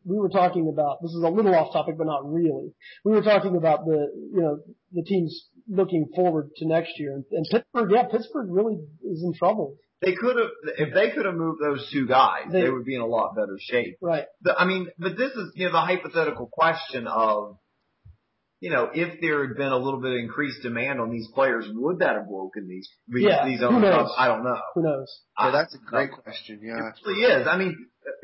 we were talking about this is a little off topic, but not really. We were talking about the you know the teams looking forward to next year, and, and Pittsburgh. Yeah, Pittsburgh really is in trouble. they could have, if they could have moved those two guys, They- they would be in a lot better shape. Right. the, I mean, but this is, you know, the hypothetical question of, you know, if there had been a little bit of increased demand on these players, would that have woken these, these, Yeah, these who owners knows? up? I don't know. Who knows? Ah. So that's a great question. Yeah. It really is. I mean,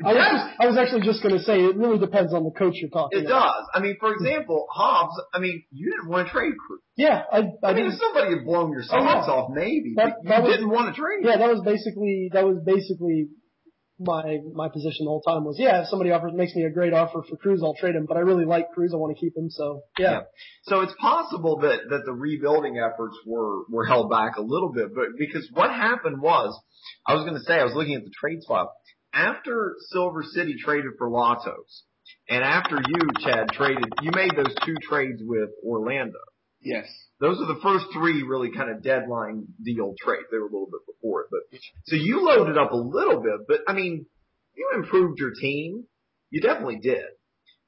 I was, yes, just, I was actually just going to say it really depends on the coach you're talking it about. does. I mean, for example, Hobbs, I mean, you didn't want to trade Cruz. Yeah, I, I, I didn't- mean, if somebody had blown your socks off, maybe, Oh, That- but you that was- didn't want to trade. yeah, that was basically that was basically my my position the whole time was yeah, if somebody offers makes me a great offer for Cruz, I'll trade him, but I really like Cruz, I want to keep him, so yeah. Yeah. So it's possible that, that the rebuilding efforts were, were held back a little bit, but because what happened was, I was going to say, I was looking at the trades file. After Silver City traded for Latos, And after you, Chad, traded, you made those two trades with Orlando. Yes. Those are the first three really kind of deadline deal trades. They were a little bit before it, but so you loaded up a little bit, but I mean, you improved your team. You definitely did.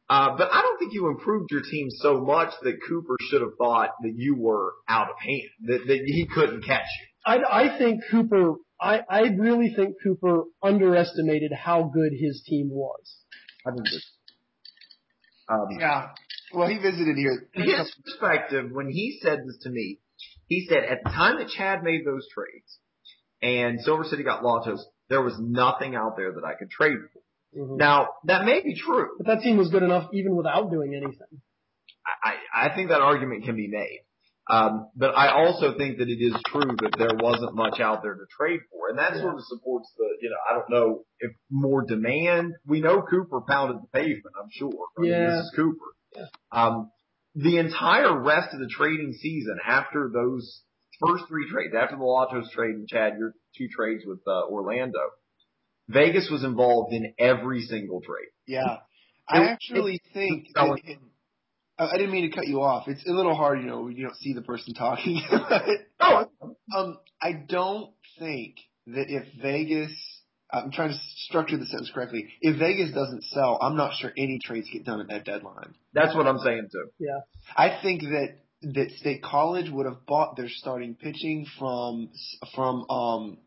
Uh, but I don't think you improved your team so much that Cooper should have thought that you were out of hand, that, that he couldn't catch you. I, I think Cooper, I, I really think Cooper underestimated how good his team was. I think that, um, Yeah. Well, he visited here. from his perspective, when he said this to me, he said at the time that Chad made those trades and Silver City got Latos, there was nothing out there that I could trade for. Mhm. Now, that may be true. But that team was good enough even without doing anything. I, I I think that argument can be made. Um, but I also think that it is true that there wasn't much out there to trade for. And that sort of supports the, you know, I don't know if more demand. We know Cooper pounded the pavement, I'm sure. I mean, Yeah. this is Cooper. Um, the entire rest of the trading season after those first three trades, after the Latos trade and Chad, your two trades with uh, Orlando, Vegas was involved in every single trade. Yeah. It- I actually think that that it- I I didn't mean to cut you off. It's a little hard, you know, when you don't see the person talking. But, Oh, um, I don't think that if Vegas, I'm trying to structure the sentence correctly. If Vegas doesn't sell, I'm not sure any trades get done at that deadline. that's what I'm saying too. I think that that State College would have bought their starting pitching from from um,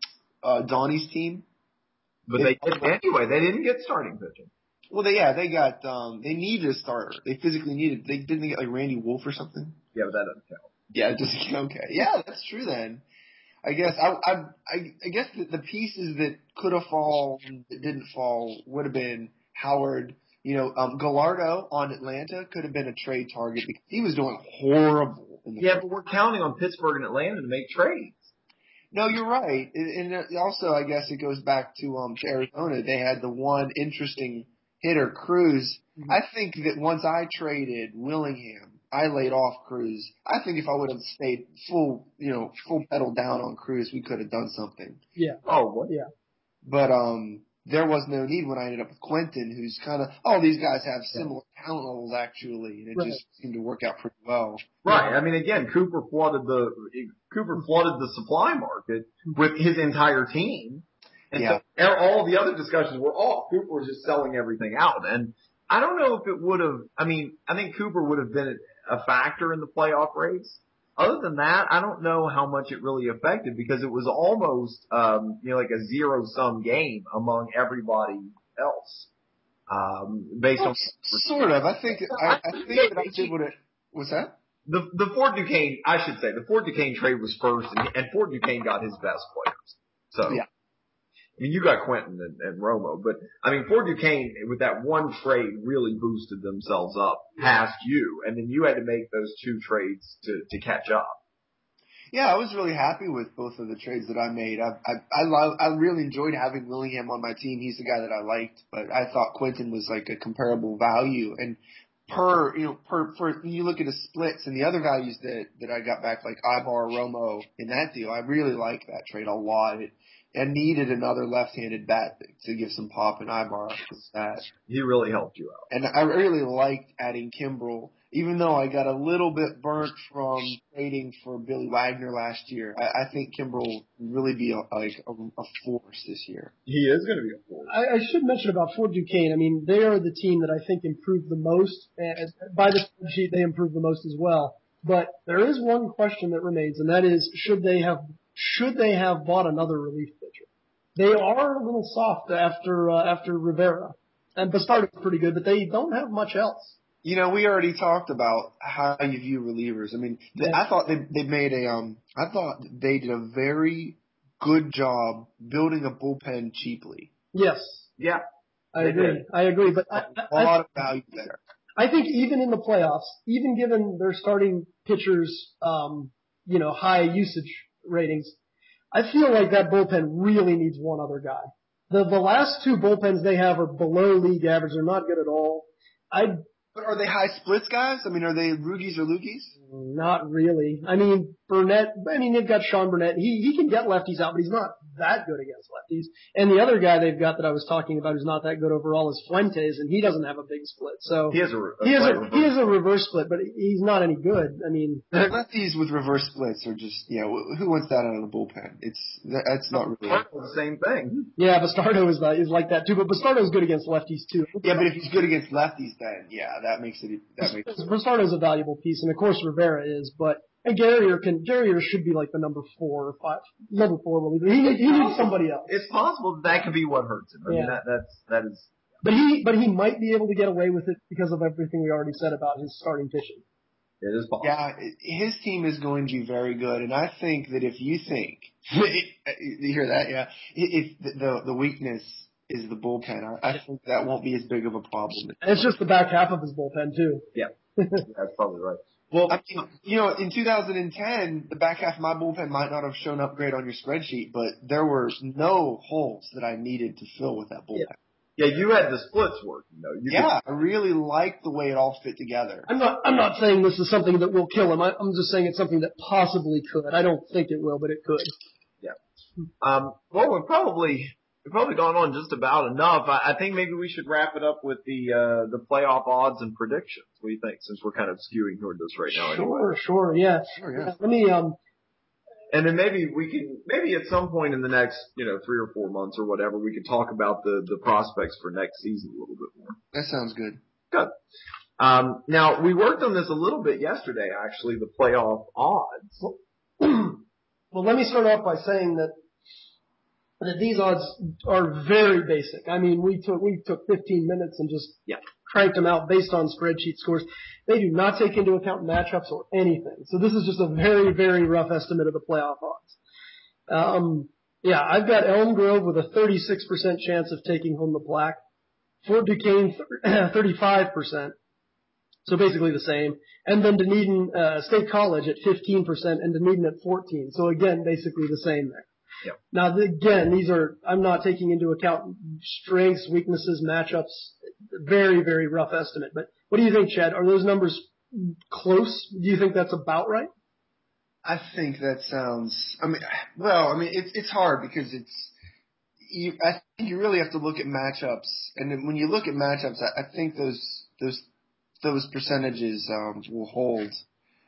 uh, Donnie's team. But they did anyway. They didn't get starting pitching. Well, they yeah, they got um, they needed a starter. They physically needed. They didn't they get like Randy Wolf or something. Yeah, but that doesn't count. Yeah, just okay. Yeah, that's true then. I guess I I I, I guess the, the pieces that could have fallen that didn't fall would have been Howard. You know, um, Gallardo on Atlanta could have been a trade target because he was doing horrible. In the Yeah, but we're counting on Pittsburgh and Atlanta to make trades. No, you're right. And, and also, I guess it goes back to um to Arizona. They had the one interesting hitter, Cruz. I think that once I traded Willingham, I laid off Cruz. I think if I would have stayed full, you know, full pedal down on Cruz, we could have done something. Oh, what? But um, there was no need when I ended up with Quentin, who's kind of oh these guys have similar talent levels actually, and it Right. just seemed to work out pretty well. Right. I mean, again, Cooper flooded the Cooper flooded the supply market with his entire team, and so all the other discussions were off. Cooper was just selling everything out, and I don't know if it would have. I mean, I think Cooper would have been a factor in the playoff race. Other than that, I don't know how much it really affected because it was almost um, you know like a zero sum game among everybody else um, based on Sort of. I think I, I think that I did what it was that. the the Ford Duquesne, I should say, the Ford Duquesne trade was first, and, and Ford Duquesne got his best players. So, Yeah. I mean, you got Quentin and, and Romo, but I mean, Ford Duquesne with that one trade really boosted themselves up past you, and then you had to make those two trades to to catch up. Yeah, I was really happy with both of the trades that I made. I I I, love, I really enjoyed having Willingham on my team. He's the guy that I liked, but I thought Quentin was like a comparable value. And per you know per per when you look at the splits and the other values that that I got back, like Ibar Romo in that deal, I really liked that trade a lot. It, I needed another left-handed bat to give some pop in Ibar. That He really helped you out. and I really liked adding Kimbrel, even though I got a little bit burnt from trading for Billy Wagner last year. I, I think Kimbrel will really be a, like a, a force this year. He is going to be a force. I, I should mention about Fort Duquesne. I mean, they are the team that I think improved the most. And by the spreadsheet, they improved the most as well. But there is one question that remains, and that is, should they have should they have bought another relief pitcher? They are a little soft after uh, after Rivera, and Bastardo's pretty good, but they don't have much else. You know, we already talked about how you view relievers. I mean, th- I thought they they made a um, I thought they did a very good job building a bullpen cheaply. Yes, Yeah. I They agree. did. I agree, but I, A I, lot of value there. I think even in the playoffs, even given their starting pitchers, um, you know, high usage ratings, I feel like that bullpen really needs one other guy. The the last two bullpens they have are below league average. They're not good at all. I But are they high splits guys? I mean, are they rookies or loogies? not really. I mean Burnett. I mean they've got Sean Burnett. He he can get lefties out, but he's not that good against lefties. And the other guy they've got that I was talking about who's not that good overall is Fuentes, and he doesn't have a big split. So He has a, re- he is slight a he reverse. is a reverse split, but he's not any good. I mean, Lefties with reverse splits are just yeah. wh- Who wants that out of the bullpen? It's that- that's not really. Cardinals, the same thing. yeah, Bastardo is that is like that too, but Bastardo's good against lefties too. Yeah, but if he's good against lefties, then yeah, that makes it e, that makes it Bastardo's a valuable piece, and of course Rivera is, but and Garrier can Garrier should be like the number four or five number four reliever. He needs, he needs somebody else. It's possible that, that could be what hurts him. I mean, Yeah. that, that's that is But he but he might be able to get away with it because of everything we already said about his starting pitching. it is possible. Yeah, his team is going to be very good, and I think that if you think you hear that, yeah, if the the, the weakness is the bullpen, I, I think that won't be as big of a problem. And it's just the back half of his bullpen too. That's probably right. Well, I mean, you know, in 2010, the back half of my bullpen might not have shown up great on your spreadsheet, but there were no holes that I needed to fill with that bullpen. yeah, you had the splits working though. You Yeah, I really liked the way it all fit together. I'm not I'm not saying this is something that will kill him. I, I'm just saying it's something that possibly could. I don't think it will, but it could. Could, um, well, we've probably we've probably gone on just about enough. I, I think maybe we should wrap it up with the uh, the playoff odds and predictions. What do you think? Since we're kind of skewing toward this right now, anyway. Sure, sure, yeah. Sure, yeah. Let me um And then maybe we can, maybe at some point in the next, you know, three or four months or whatever, we could talk about the, the prospects for next season a little bit more. that sounds good. Um, now we worked on this a little bit yesterday, actually, the playoff odds. well, let me start off by saying that that these odds are very basic. I mean, we took we took 15 minutes and just Yeah. cranked them out based on spreadsheet scores. They do not take into account matchups or anything. So this is just a very very rough estimate of the playoff odds. Um, yeah, I've got Elm Grove with a 36% chance of taking home the plaque. Fort Duquesne, 35%. So basically the same. And then Dunedin uh, State College at 15% and Dunedin at 14. So again, basically the same there. Yep. Now th- again, these are, I'm not taking into account strengths, weaknesses, matchups. Very, very rough estimate. But what do you think, Chad? Are those numbers close? Do you think that's about right? I think that sounds. I mean, well, I mean, it's it's hard because it's. You, I think you really have to look at matchups, and then when you look at matchups, I, I think those those those percentages um, will hold.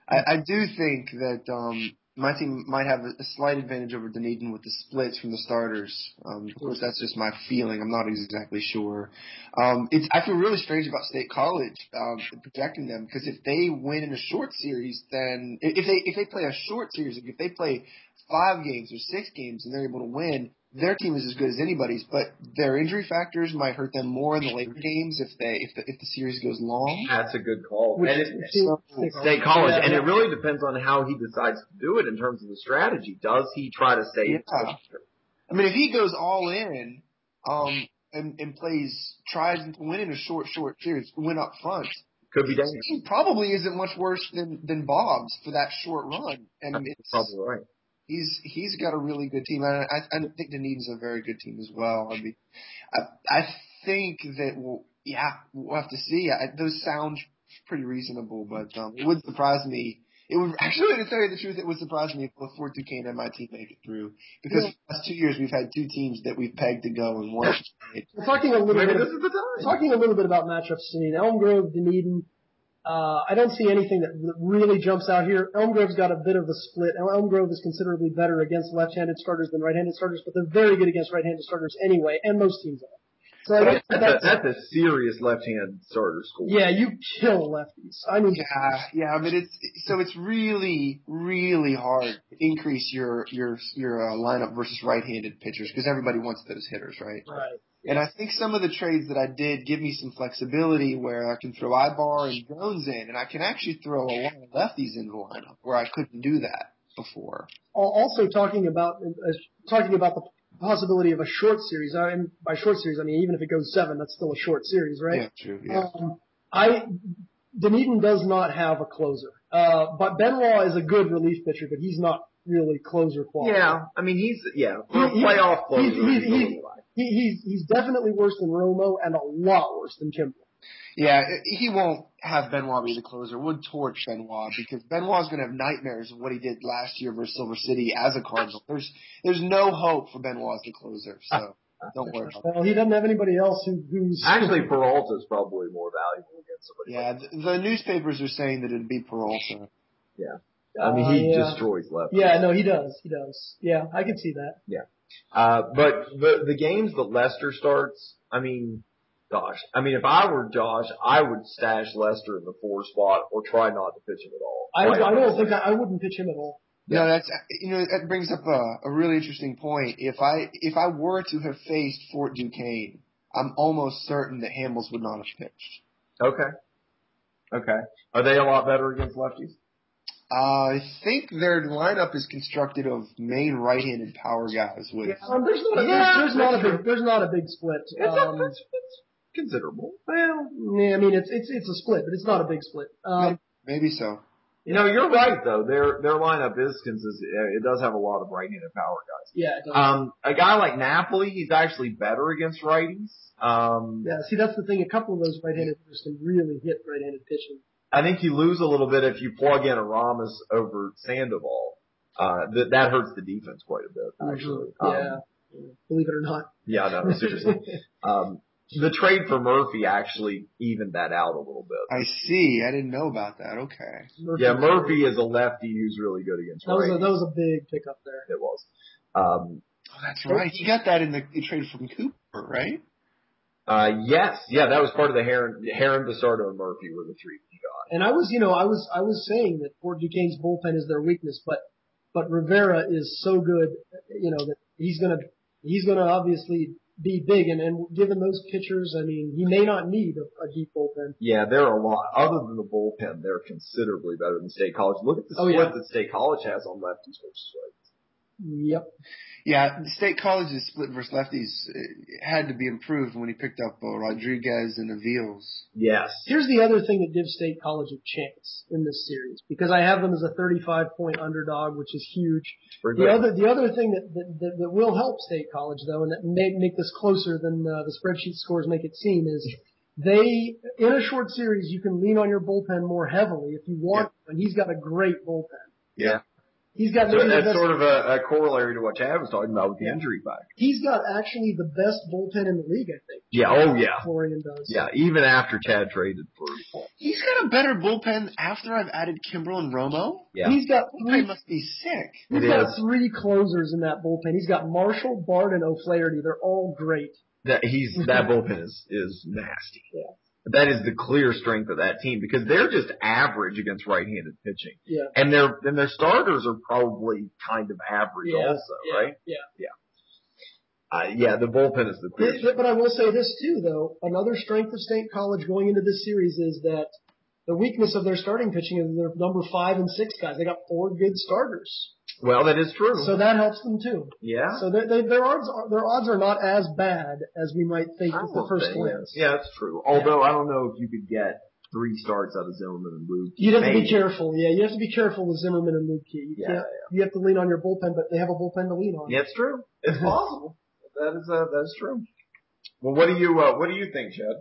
I, I do think that um, my team might have a slight advantage over Dunedin with the splits from the starters. Um, of course, that's just my feeling. I'm not exactly sure. Um, it's I feel really strange about State College um, projecting them because if they win in a short series, then i- if they if they play a short series, if they play five games or six games and they're able to win, their team is as good as anybody's. But their injury factors might hurt them more in the later games if they if the, if the series goes long. That's a good call. Which- and it, which seems State State College, Yeah, and it yeah. really depends on how he decides to do it in terms of the strategy. Does he try to save? Yeah. I mean, if he goes all in um, and, and plays, tries to win in a short, short series, win up front, Could be his dangerous. team probably isn't much worse than, than Bob's for that short run. And it's, Probably right. he's he's got a really good team. And I, I think Dunedin's a very good team as well. I mean, I, I think that, we'll, yeah, we'll have to see. I, those sound pretty reasonable, but um, it would surprise me. It would actually, to tell you the truth, it would surprise me if both Fort Duquesne and my team make it through. Because Yeah. for the last two years, we've had two teams that we've pegged to go and one. We're talking a little Maybe bit this of, is the time. talking a little bit about matchups soon. Elm Grove, Dunedin. Uh, I don't see anything that r- really jumps out here. Elm Grove's got a bit of a split. El- Elm Grove is considerably better against left-handed starters than right-handed starters, but they're very good against right-handed starters anyway, and most teams are. So I guess That's a, that's, that's a serious left-hand starter score. yeah, you kill lefties. I mean, Yeah, yeah, but it's so it's really, really hard to increase your your your uh, lineup versus right-handed pitchers because everybody wants those hitters, right? right. And I think some of the trades that I did give me some flexibility where I can throw Ibar and Jones in, and I can actually throw a lot of lefties in the lineup where I couldn't do that before. Al- Also talking about uh, talking about the possibility of a short series. I mean, by short series, I mean even if it goes seven, that's still a short series, right? Yeah, true. Yeah. Um, I Dunedin does not have a closer, uh, but Benoit is a good relief pitcher, but he's not really closer quality. Yeah, I mean he's yeah He- for a he- playoff he's- closer. he's- he's a little he's- light. He, he's he's definitely worse than Romo and a lot worse than Kimbrel. Yeah, he won't have Benoit be the closer. Would torch Benoit because Benoit's going to have nightmares of what he did last year versus Silver City as a Cardinal. There's there's no hope for Benoit as the closer, so don't worry about it. Well, he doesn't have anybody else who, who's Actually, Peralta's probably more valuable against somebody. Yeah, the, the newspapers are saying that it'd be Peralta. I mean, he Uh, yeah. destroys left. Yeah, no, he does. He does. Yeah, I can see that. Uh, but the the games that Lester starts, I mean, gosh, I mean, if I were Josh, I would stash Lester in the four spot or try not to pitch him at all. I, Like, I don't think I, I wouldn't pitch him at all. No, that's you know that brings up a, a really interesting point. If I if I were to have faced Fort Duquesne, I'm almost certain that Hamels would not have pitched. Okay. Okay. Are they a lot better against lefties? I think their lineup is constructed of main right-handed power guys with Um, there's not a, Yeah, there's, there's not that's a big there's not a big split. It's, a- Um, it's, it's considerable. Well, yeah, I mean it's it's it's a split, but it's not a big split. Um, maybe so. you know, you're right though. Their their lineup is consistent. It does have a lot of right-handed power guys. yeah. It does. Um, a guy like Napoli, he's actually better against righties. Um, yeah. See, that's the thing. A couple of those right-handed hitters can really hit right-handed pitching. I think you lose a little bit if you plug in a Ramos over Sandoval. Uh, that that hurts the defense quite a bit, actually. Mm-hmm. yeah. Um, Believe it or not. yeah, no, seriously. Um, the trade for Murphy actually evened that out a little bit. I see. I didn't know about that. Okay. Murphy- Yeah, Murphy is a lefty who's really good against That was a, righties. that was a big pickup there. It was. Um, Oh, that's right. You got that in the, the trade from Cooper, right? uh, yes, yeah, that was part of the Heron, Heron, Basardo, and Murphy were the three he got. And I was, you know, I was, I was saying that Fort Duquesne's bullpen is their weakness, but, but Rivera is so good, you know, that he's gonna, he's gonna obviously be big. And, and given those pitchers, I mean, he may not need a, a deep bullpen. Yeah, they're a lot. Other than the bullpen, they're considerably better than State College. Look at the Oh, split yeah. that State College has on lefties versus righties. Yep. Yeah. State College's split versus lefties it had to be improved when he picked up uh, Rodriguez and the Veals. Yes. Here's the other thing that gives State College a chance in this series, because I have them as a 35 point underdog, which is huge. We're The good. other, the other thing that, that, that, that will help State College though, and that may make this closer than uh, the spreadsheet scores make it seem is they, in a short series, you can lean on your bullpen more heavily if you want, and he's got a great bullpen. Yeah. He's got, So maybe the that's best, sort of a, a corollary to what Chad was talking about with the Yeah. injury factor. he's got actually the best bullpen in the league, I think. Yeah. Oh yeah. Florian does. Yeah. Even after Chad traded for. He's got a better bullpen after I've added Kimbrel and Romo. Yeah. He's got I three must be sick. He's It got is. three closers in that bullpen. He's got Marshall, Bard, and O'Flaherty. They're all great. That he's that bullpen is is nasty. Mm-hmm. Yeah. That is the clear strength of that team because they're just average against right-handed pitching, Yeah. and their and their starters are probably kind of average Yeah, also, yeah, right? yeah. Uh, yeah. The bullpen is the clear. But, but I will say this too, though. Another strength of State College going into this series is that the weakness of their starting pitching is their number five and six guys. They got four good starters, Well, that is true. so that helps them too. yeah. So they, they, their odds are, their odds are not as bad as we might think I at the don't first think- glance. Yeah, that's true. Although I don't know if you could get three starts out of Zimmerman and Luke. You'd have to Maybe. be careful. Yeah, you have to be careful with Zimmerman and Luke Key. You, Yeah, can't- you have to lean on your bullpen, but they have a bullpen to lean on. Yeah, it's true. It's possible. That is uh, that's true. Well, what do you uh, what do you think, Chad?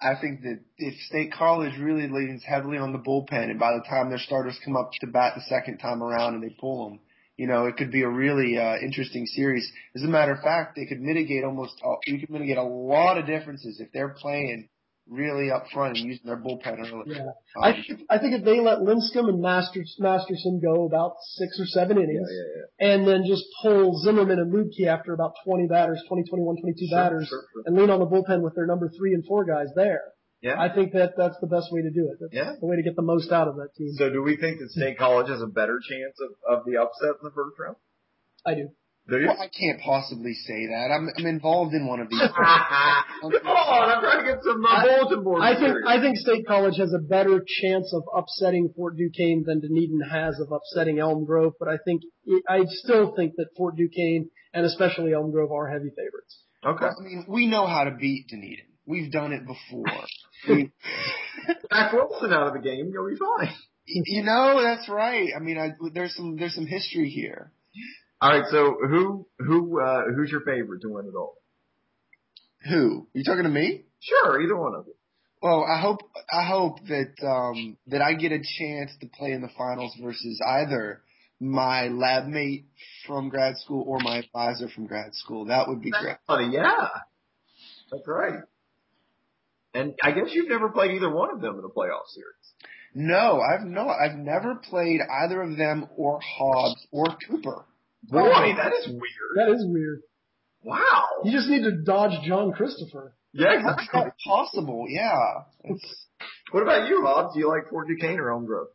I think that if State College really leans heavily on the bullpen, and by the time their starters come up to bat the second time around and they pull them, you know, it could be a really uh, interesting series. As a matter of fact, they could mitigate almost all, you could mitigate a lot of differences if they're playing really up front and using their bullpen early. Yeah. Um, I think I think if they let Linscomb and Masters, Masterson go about six or seven innings, and then just pull Zimmerman and Lubke after about 20 batters, 20, 21, 22 Sure, batters, sure, sure. and lean on the bullpen with their number three and four guys there. Yeah. I think that that's the best way to do it. That's Yeah. the way to get the most out of that team. So, do we think that State College has a better chance of, of the upset in the first round? I do. Do you? well, I can't possibly say that. I'm, I'm involved in one of these. Come on, I'm trying to get some my I- bulletin board. I think material. I think State College has a better chance of upsetting Fort Duquesne than Dunedin has of upsetting Elm Grove, but I think I still think that Fort Duquesne and especially Elm Grove are heavy favorites. okay. I mean, we know how to beat Dunedin. We've done it before. We, Back Wilson out of the game, you'll be fine. you know, that's right. I mean, I, there's some there's some history here. All right. So, who who uh, who's your favorite to win it all? Who? You talking to me? Sure, either one of you. Well, I hope I hope that um, that I get a chance to play in the finals versus either my lab mate from grad school or my advisor from grad school. That would be great. Funny, yeah. That's right. And I guess you've never played either one of them in a playoff series. No, I've not. I've never played either of them or Hobbs or Cooper. Oh. Boy, that is weird. That is weird. Wow. You just need to dodge John Christopher. Yeah, How is exactly. that possible? Yeah. It's, What about you, Hobbs? Do you like Fort Duquesne or Elm Grove?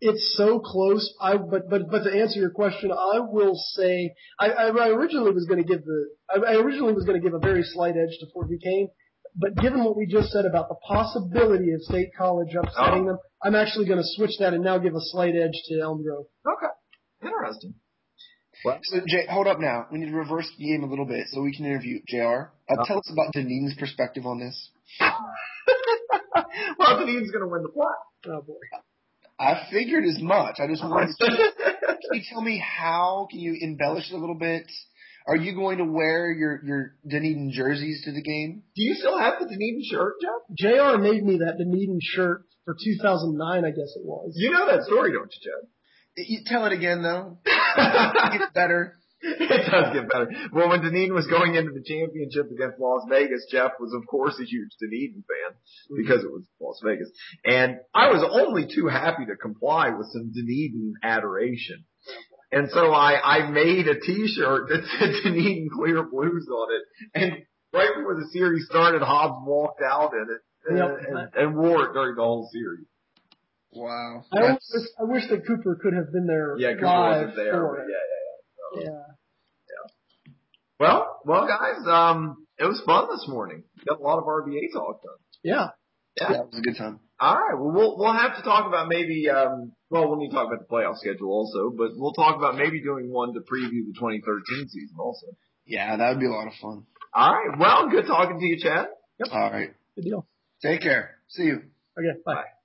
It's so close. I but but but to answer your question, I will say I, I, I originally was going to give the I, I originally was going to give a very slight edge to Fort Duquesne, but given what we just said about the possibility of State College upsetting Oh. them, I'm actually going to switch that and now give a slight edge to Elm Grove. Okay. Interesting. so, Jay, hold up now. We need to reverse the game a little bit so we can interview JR. Uh, tell us about Deneen's perspective on this. well, Deneen's going to win the plot. Oh boy. I figured as much. I just wanted to Can you tell me how? Can you embellish it a little bit? Are you going to wear your your Dunedin jerseys to the game? Do you still have the Dunedin shirt, Jeff? JR made me that Dunedin shirt for 2009, I guess it was. You know that story, don't you, You tell it again though. Jeff? It's better. It does get better. Well, when Dunedin was going into the championship against Las Vegas, Jeff was of course a huge Dunedin fan Mm-hmm. because it was Las Vegas. And I was only too happy to comply with some Dunedin adoration. And so I, I made a t-shirt that said Dunedin Clear Blues on it. And right before the series started, Hobbs walked out in it and, Yep. and, and wore it during the whole series. Wow. I, always wish, That's- I wish that Cooper could have been there Yeah, Cooper live wasn't there. for But yeah, it. yeah. Yeah. Well, well guys, um, it was fun this morning. Got a lot of RBA talk done. Yeah. yeah, that was a good time. All right. Well, we'll we'll have to talk about maybe. Um, well, we'll need to talk about the playoff schedule also, but we'll talk about maybe doing one to preview the 2013 season also. Yeah, that would be a lot of fun. All right. Well, good talking to you, Chad. All right. Good deal. Take care. See you. Okay. Bye. Bye.